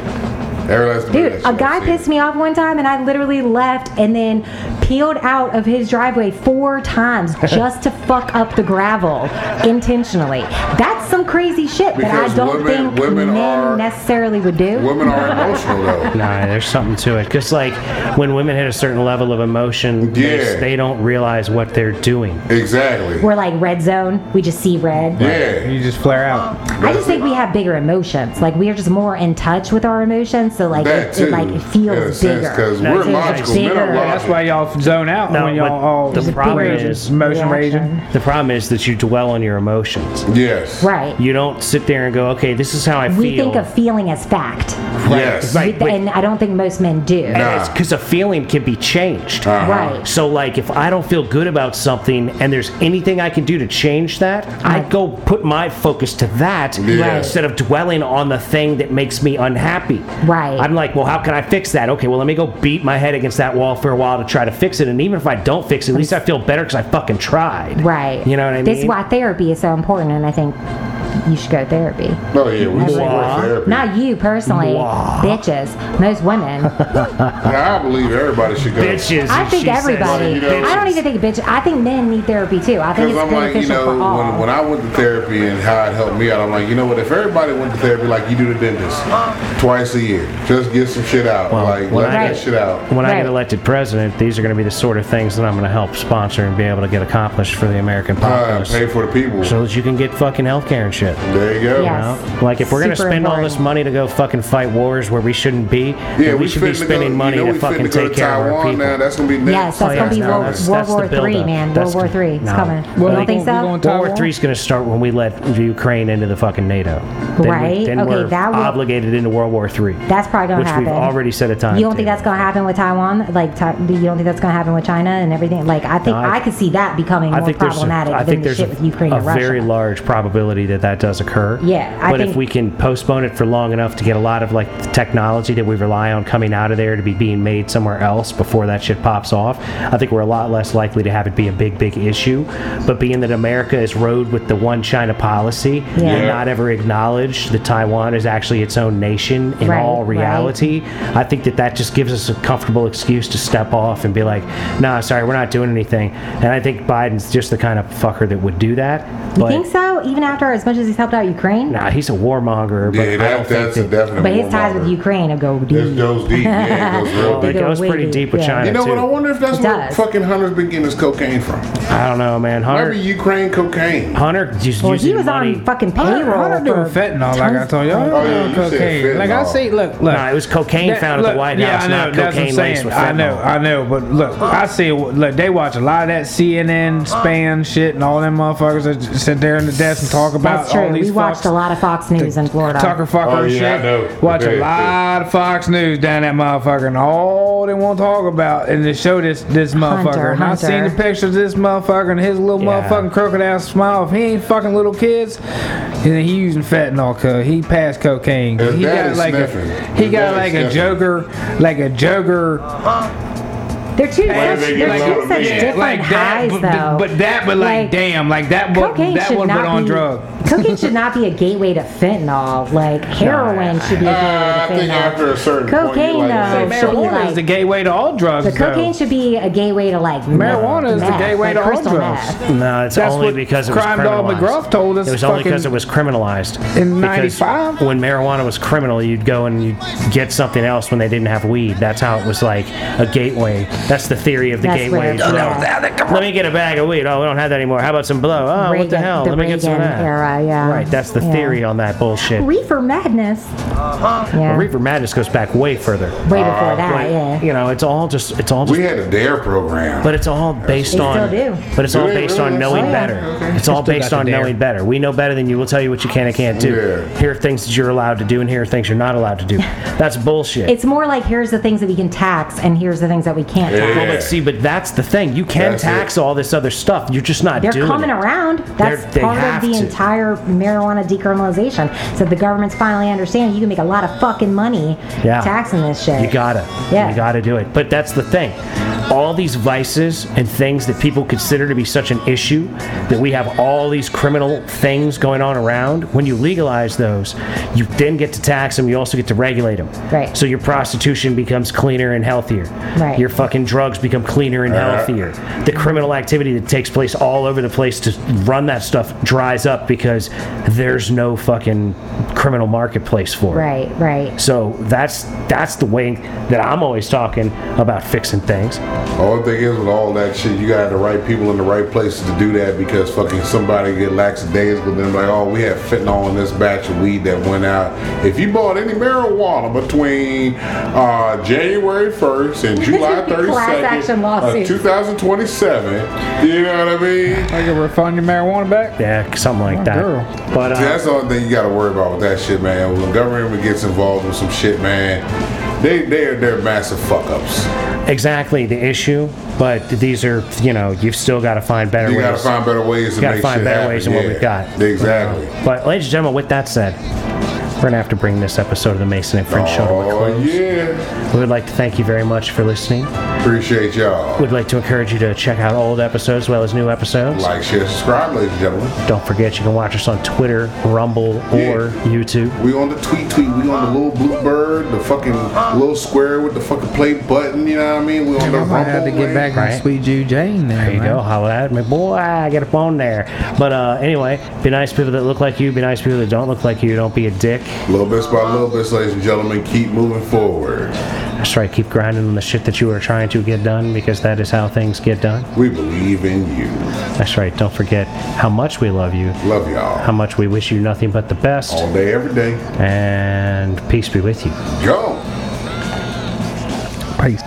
Speaker 3: Every last bit
Speaker 4: Dude,
Speaker 3: of that
Speaker 4: a
Speaker 3: shit
Speaker 4: guy
Speaker 3: I've seen.
Speaker 4: pissed me off one time, and I literally left and then peeled out of his driveway four times just to fuck up the gravel intentionally. That's some crazy shit that
Speaker 3: Because
Speaker 4: I don't
Speaker 3: women-
Speaker 4: think
Speaker 3: women
Speaker 4: men
Speaker 3: are-
Speaker 4: necessarily would do.
Speaker 3: Women are emotional though.
Speaker 1: Nah, there's something to it. Because like when women hit a certain level of emotion, they,
Speaker 3: Yeah.
Speaker 1: they don't realize what they're doing.
Speaker 3: Exactly.
Speaker 4: We're like red zone. We just see red.
Speaker 3: Yeah.
Speaker 2: You just flare out.
Speaker 4: I just think we have bigger emotions. Like we are just more in touch with our emotions. So like
Speaker 3: That
Speaker 4: it, it
Speaker 3: too.
Speaker 4: like it
Speaker 3: in a
Speaker 4: feels
Speaker 3: sense,
Speaker 4: bigger.
Speaker 3: because we're
Speaker 1: That too.
Speaker 3: logical. Men
Speaker 4: Bigger.
Speaker 3: are
Speaker 4: Yeah,
Speaker 2: That's why
Speaker 3: logical.
Speaker 2: y'all zone out
Speaker 1: No,
Speaker 2: when
Speaker 1: but
Speaker 2: y'all all
Speaker 1: the problem is
Speaker 2: motion
Speaker 4: reaction.
Speaker 2: raging.
Speaker 1: the problem is that you dwell on your emotions.
Speaker 3: Yes.
Speaker 4: Right.
Speaker 1: You don't sit there and go, okay, this is how I
Speaker 4: we
Speaker 1: feel.
Speaker 4: think of feeling as fact,
Speaker 3: Yes.
Speaker 1: Right. but-
Speaker 4: and I don't think most men do.
Speaker 3: Nah.
Speaker 1: because a feeling can be changed.
Speaker 3: Uh-huh.
Speaker 4: Right.
Speaker 1: So, like, if I don't feel good about something and there's anything I can do to change that, I go put my focus to that
Speaker 3: Yeah.
Speaker 1: instead of dwelling on the thing that makes me unhappy.
Speaker 4: Right.
Speaker 1: I'm like, well, how can I fix that? Okay, well, let me go beat my head against that wall for a while to try to fix it. And even if I don't fix it, at least I feel better because I fucking tried.
Speaker 4: Right.
Speaker 1: You know what I mean?
Speaker 4: This is why therapy is so important, and I think you should go to therapy.
Speaker 3: No, Oh, yeah, we
Speaker 4: Everyone.
Speaker 3: support therapy.
Speaker 4: Not you personally, bitches. Most women.
Speaker 3: I believe everybody should go.
Speaker 1: Bitches.
Speaker 4: I
Speaker 1: and
Speaker 4: think
Speaker 1: she says
Speaker 4: everybody.
Speaker 3: you know-
Speaker 4: I don't even think bitches. I think men need therapy too. I
Speaker 3: Because
Speaker 4: think it's
Speaker 3: I'm like,
Speaker 4: beneficial
Speaker 3: you
Speaker 4: for
Speaker 3: know,
Speaker 4: all.
Speaker 3: when, when I went to therapy and how it helped me out, I'm like, you know what? If everybody went to therapy like you do the dentist twice a year, just get some shit out, like
Speaker 1: when
Speaker 3: let
Speaker 1: I
Speaker 3: that
Speaker 4: get-
Speaker 3: shit out.
Speaker 1: When I
Speaker 4: Uh-huh. Right.
Speaker 1: get elected president, these are going to be the sort of things that I'm going to help sponsor and be able to get accomplished for the American
Speaker 3: Uh,
Speaker 1: populace.
Speaker 3: pay for the people.
Speaker 1: so that you can get fucking healthcare and shit.
Speaker 3: there you go.
Speaker 4: Yes.
Speaker 1: Well, Like if we're gonna
Speaker 4: Super
Speaker 1: spend all
Speaker 4: important.
Speaker 1: this money to go fucking fight wars where we shouldn't be, then we, should be
Speaker 3: finna go-
Speaker 1: spending
Speaker 3: you
Speaker 1: money
Speaker 3: know
Speaker 1: to
Speaker 3: we finna
Speaker 1: fucking
Speaker 3: go to
Speaker 1: take care of our
Speaker 3: Taiwan
Speaker 1: people.
Speaker 3: Now. That's gonna be next.
Speaker 4: yes, that's
Speaker 1: Oh,
Speaker 4: gonna
Speaker 1: yeah,
Speaker 4: be
Speaker 1: no,
Speaker 4: World,
Speaker 1: that's-
Speaker 4: World
Speaker 1: that's the
Speaker 4: War Three,
Speaker 1: buildup.
Speaker 4: man.
Speaker 1: That's
Speaker 4: World
Speaker 1: the-
Speaker 4: War Three, it's
Speaker 1: no.
Speaker 4: coming.
Speaker 1: Well,
Speaker 4: you
Speaker 1: we
Speaker 4: don't
Speaker 2: gon- we
Speaker 4: think so?
Speaker 2: gon'
Speaker 1: World War
Speaker 2: Taiwan?
Speaker 1: Three's going to start when we let Ukraine into the fucking NATO. Then we-
Speaker 4: Right?
Speaker 1: then
Speaker 4: Okay,
Speaker 1: we're
Speaker 4: that would-
Speaker 1: obligated into World War Three.
Speaker 4: That's probably gonna
Speaker 1: which
Speaker 4: happen.
Speaker 1: we've already set a time.
Speaker 4: You don't think that's gonna happen with Taiwan? Like, Ti- you don't think that's gonna happen with China and everything? Like, I think
Speaker 1: No, I-
Speaker 4: I, could see that becoming
Speaker 1: I
Speaker 4: more
Speaker 1: think there's a,
Speaker 4: problematic
Speaker 1: I
Speaker 4: than
Speaker 1: think
Speaker 4: the
Speaker 1: there's
Speaker 4: shit
Speaker 1: a,
Speaker 4: with Ukraine
Speaker 1: a
Speaker 4: and Russia.
Speaker 1: very large probability that that does occur.
Speaker 4: Yeah, I
Speaker 1: but if
Speaker 4: think-
Speaker 1: we can postpone it for long enough to get a lot of like the technology that we rely on coming out of there to be being made somewhere else before that shit pops off, I think we're a lot less likely to have it be a big big issue. But being that America is rode with the one China policy
Speaker 4: Yeah.
Speaker 1: and
Speaker 4: Yeah.
Speaker 1: not ever acknowledge that Taiwan is actually its own nation in
Speaker 4: Right,
Speaker 1: all
Speaker 4: right.
Speaker 1: reality, I think that that just gives us a comfortable excuse to step off and be like, nah, sorry, we're not doing anything. And I think Biden's just the kind of fucker that would do that.
Speaker 4: you
Speaker 1: But
Speaker 4: think so? Even after as much as he's helped out Ukraine,
Speaker 1: nah, he's a warmonger. But
Speaker 3: Yeah,
Speaker 1: I
Speaker 3: that,
Speaker 1: don't think
Speaker 3: that's a
Speaker 1: that-
Speaker 3: definite.
Speaker 4: but his
Speaker 3: warmonger.
Speaker 4: ties with Ukraine will go
Speaker 3: It
Speaker 4: deep.
Speaker 3: goes deep. Yeah, it goes real
Speaker 1: Well,
Speaker 4: They
Speaker 1: it
Speaker 3: deep.
Speaker 4: go
Speaker 1: goes
Speaker 4: way
Speaker 1: pretty
Speaker 4: deep,
Speaker 1: deep with
Speaker 4: yeah.
Speaker 1: China
Speaker 3: You know
Speaker 1: too.
Speaker 3: what? I wonder if that's
Speaker 4: It
Speaker 3: where
Speaker 4: does.
Speaker 3: fucking Hunter's been getting his cocaine from.
Speaker 1: I don't know, man.
Speaker 3: Maybe
Speaker 1: Hunter,
Speaker 3: Ukraine cocaine.
Speaker 1: Hunter just
Speaker 4: Well,
Speaker 1: using
Speaker 4: he was
Speaker 1: money.
Speaker 4: on fucking
Speaker 2: Hunter,
Speaker 4: payroll
Speaker 2: Hunter doing
Speaker 4: for
Speaker 2: fentanyl, like I told y'all.
Speaker 3: Oh, yeah, you said
Speaker 2: cocaine. Like I
Speaker 3: fentanyl.
Speaker 2: see, look, look.
Speaker 1: Nah, it was cocaine
Speaker 2: That-
Speaker 1: found at the White House, not
Speaker 2: that's what
Speaker 1: cocaine
Speaker 2: I'm
Speaker 1: laced with
Speaker 2: I know,
Speaker 1: fentanyl.
Speaker 2: I know, but look, I see. Look, they watch a lot of that CNN, Span shit, and all them motherfuckers that just sit there in the desk and talk about
Speaker 4: That's true.
Speaker 2: all these.
Speaker 4: We watched
Speaker 2: fucks-
Speaker 4: a lot of Fox News in Florida.
Speaker 2: Tucker fucker
Speaker 3: Oh, yeah,
Speaker 2: shit.
Speaker 3: I know.
Speaker 2: Watch
Speaker 3: Yeah,
Speaker 2: a
Speaker 3: yeah.
Speaker 2: lot of Fox News down that motherfucker, and all they want to talk about in the show this this motherfucker.
Speaker 4: Hunter,
Speaker 2: and
Speaker 4: Hunter.
Speaker 2: I seen the pictures of this motherfucker and his little
Speaker 1: Yeah.
Speaker 2: motherfucking crocodile smile. If he ain't fucking little kids, then he using fentanyl. Cause he passed cocaine.
Speaker 3: His
Speaker 2: he
Speaker 3: dad
Speaker 2: got
Speaker 3: is
Speaker 2: like
Speaker 3: sniffing.
Speaker 2: a he
Speaker 3: His
Speaker 2: got
Speaker 3: dad is
Speaker 2: like a
Speaker 3: sniffing.
Speaker 2: Joker, like a Joker.
Speaker 4: They're two
Speaker 2: Why
Speaker 3: did
Speaker 4: such,
Speaker 3: they get
Speaker 4: they're
Speaker 3: along
Speaker 4: two
Speaker 3: with
Speaker 4: such
Speaker 3: me?
Speaker 4: different
Speaker 2: like that,
Speaker 4: highs,
Speaker 2: but,
Speaker 4: though.
Speaker 2: but that, but like,
Speaker 4: Like,
Speaker 2: damn, like that. But
Speaker 4: cocaine
Speaker 2: that
Speaker 4: should
Speaker 2: one,
Speaker 4: not
Speaker 2: but on
Speaker 4: be,
Speaker 2: drug.
Speaker 4: cocaine should not be a gateway to fentanyl. Like heroin should be a gateway
Speaker 3: Uh, I
Speaker 4: to fentanyl.
Speaker 3: think after a certain
Speaker 4: Cocaine,
Speaker 3: point, you're
Speaker 4: though.
Speaker 3: like,
Speaker 4: Say,
Speaker 3: "Man,
Speaker 4: should be
Speaker 2: Marijuana
Speaker 4: like-
Speaker 2: is the gateway to all drugs.
Speaker 4: the
Speaker 2: though.
Speaker 4: cocaine should be a gateway to like
Speaker 2: Marijuana is the
Speaker 4: meth,
Speaker 2: gateway
Speaker 4: like
Speaker 2: to all
Speaker 4: crystal
Speaker 2: drugs.
Speaker 4: meth.
Speaker 1: No, it's
Speaker 2: That's
Speaker 1: only
Speaker 2: what
Speaker 1: because it was
Speaker 2: Crime Dog
Speaker 1: criminalized.
Speaker 2: McGruff told us
Speaker 1: It was only
Speaker 2: fucking-
Speaker 1: because it was criminalized
Speaker 2: In
Speaker 1: Because
Speaker 2: 95?
Speaker 1: When marijuana was criminal, you'd go and you'd get something else when they didn't have weed. That's how it was like a gateway. That's the theory of the
Speaker 4: That's
Speaker 1: gateway.
Speaker 4: where it's
Speaker 1: drug.
Speaker 4: at.
Speaker 1: Let me get a bag of weed. Oh, we don't have that anymore. How about some blow? Oh, what the
Speaker 4: Reagan-
Speaker 1: hell?
Speaker 4: the
Speaker 1: Let me get some of
Speaker 4: Reagan
Speaker 1: that.
Speaker 4: era, yeah.
Speaker 1: Right. That's the
Speaker 4: Yeah.
Speaker 1: theory on that bullshit.
Speaker 4: Reefer madness.
Speaker 2: Uh-huh.
Speaker 4: Yeah.
Speaker 1: Reaper Madness goes back way further.
Speaker 4: Way
Speaker 2: Oh,
Speaker 4: before that,
Speaker 1: Like,
Speaker 4: yeah.
Speaker 1: You know, it's all just it's all just
Speaker 3: We had a dare program.
Speaker 1: But it's all based
Speaker 4: They
Speaker 1: on.
Speaker 4: still do.
Speaker 1: But it's
Speaker 3: Do
Speaker 1: all
Speaker 3: they
Speaker 1: based
Speaker 3: really?
Speaker 1: on knowing
Speaker 4: Oh, yeah.
Speaker 1: better. It's all
Speaker 2: Still
Speaker 1: based
Speaker 2: got
Speaker 1: on
Speaker 2: the dare.
Speaker 1: knowing better. We know better than you. We'll tell you what you can and can't do.
Speaker 3: Yeah.
Speaker 1: Here are things that you're allowed to do, and here are things you're not allowed to do. That's bullshit.
Speaker 4: It's more like here's the things that we can tax and here's the things that we can't
Speaker 3: Yeah.
Speaker 1: well,
Speaker 4: tax.
Speaker 1: but see, but that's the thing. You can
Speaker 3: That's
Speaker 1: tax all this other stuff. You're just not
Speaker 4: They're
Speaker 1: doing
Speaker 4: coming
Speaker 1: it.
Speaker 4: around. That's
Speaker 1: they have
Speaker 4: part of the
Speaker 1: to.
Speaker 4: entire marijuana decriminalization. So the government's finally understanding you can make a lot of fucking money
Speaker 1: Yeah.
Speaker 4: taxing this shit.
Speaker 1: You gotta.
Speaker 4: Yeah.
Speaker 1: You gotta do it. But that's the thing. All these vices and things that people consider to be such an issue, that we have all these criminal things going on around, when you legalize those, you then get to tax them, you also get to regulate them.
Speaker 4: Right.
Speaker 1: So your prostitution becomes cleaner and healthier.
Speaker 4: Right.
Speaker 1: Your fucking drugs become cleaner and
Speaker 3: Uh-huh.
Speaker 1: healthier. The criminal activity that takes place all over the place to run that stuff dries up because there's no fucking criminal marketplace for it.
Speaker 4: Right, right.
Speaker 1: So that's that's the way that I'm always talking about fixing things.
Speaker 3: All thing is with all that shit, you got the right people in the right places to do that because fucking somebody get lackadaisical. Then like, oh, we had fentanyl in this batch of weed that went out. If you bought any marijuana between uh, January 1st and July
Speaker 4: Class action
Speaker 3: 32nd,
Speaker 4: lawsuit.
Speaker 3: of 2027, you know what I mean?
Speaker 2: I can refund your marijuana back.
Speaker 1: Yeah, something like
Speaker 2: My
Speaker 1: that.
Speaker 2: girl.
Speaker 1: But
Speaker 3: See,
Speaker 1: uh,
Speaker 3: that's the only thing you got to worry about with that shit, man. When government gets involved with some shit, man, they they're they're massive fuck ups.
Speaker 1: exactly the issue. But these are you know you've still got to find better
Speaker 3: You
Speaker 1: ways.
Speaker 3: got to find better ways to
Speaker 1: Gotta
Speaker 3: make
Speaker 1: find
Speaker 3: shit
Speaker 1: better
Speaker 3: happen.
Speaker 1: ways than what we've
Speaker 3: Yeah,
Speaker 1: got.
Speaker 3: Exactly.
Speaker 1: but ladies and gentlemen, with that said, we're gonna have to bring this episode of the Mason and French Show to a
Speaker 3: Oh
Speaker 1: close.
Speaker 3: yeah.
Speaker 1: We would like to thank you very much for listening.
Speaker 3: Appreciate y'all.
Speaker 1: We'd like to encourage you to check out old episodes as well as new episodes.
Speaker 3: Like, share, subscribe, ladies and gentlemen.
Speaker 1: Don't forget you can watch us on Twitter, Rumble, or
Speaker 3: Yeah.
Speaker 1: YouTube.
Speaker 3: We on the tweet tweet. We on the little blue bird, the fucking little square with the fucking play button. You know what I mean? We on the
Speaker 2: I might have to
Speaker 3: rumble.
Speaker 2: get back
Speaker 3: man.
Speaker 2: on
Speaker 1: Right.
Speaker 2: Sweet Jew Jane there.
Speaker 1: There you go. Holla at me, boy. I Get up on there. But uh, anyway, be nice to people that look like you. Be nice to people that don't look like you. Don't be a dick.
Speaker 3: Little bits by little bits, ladies and gentlemen. Keep moving forward.
Speaker 1: That's right. Keep grinding on the shit that you are trying to get done because that is how things get done.
Speaker 3: We believe in you.
Speaker 1: That's right. Don't forget how much we love you,
Speaker 3: Love
Speaker 1: how
Speaker 3: y'all.
Speaker 1: much we wish you nothing but the best,
Speaker 3: All day, every day.
Speaker 1: and peace be with you.
Speaker 3: Go.
Speaker 2: Peace.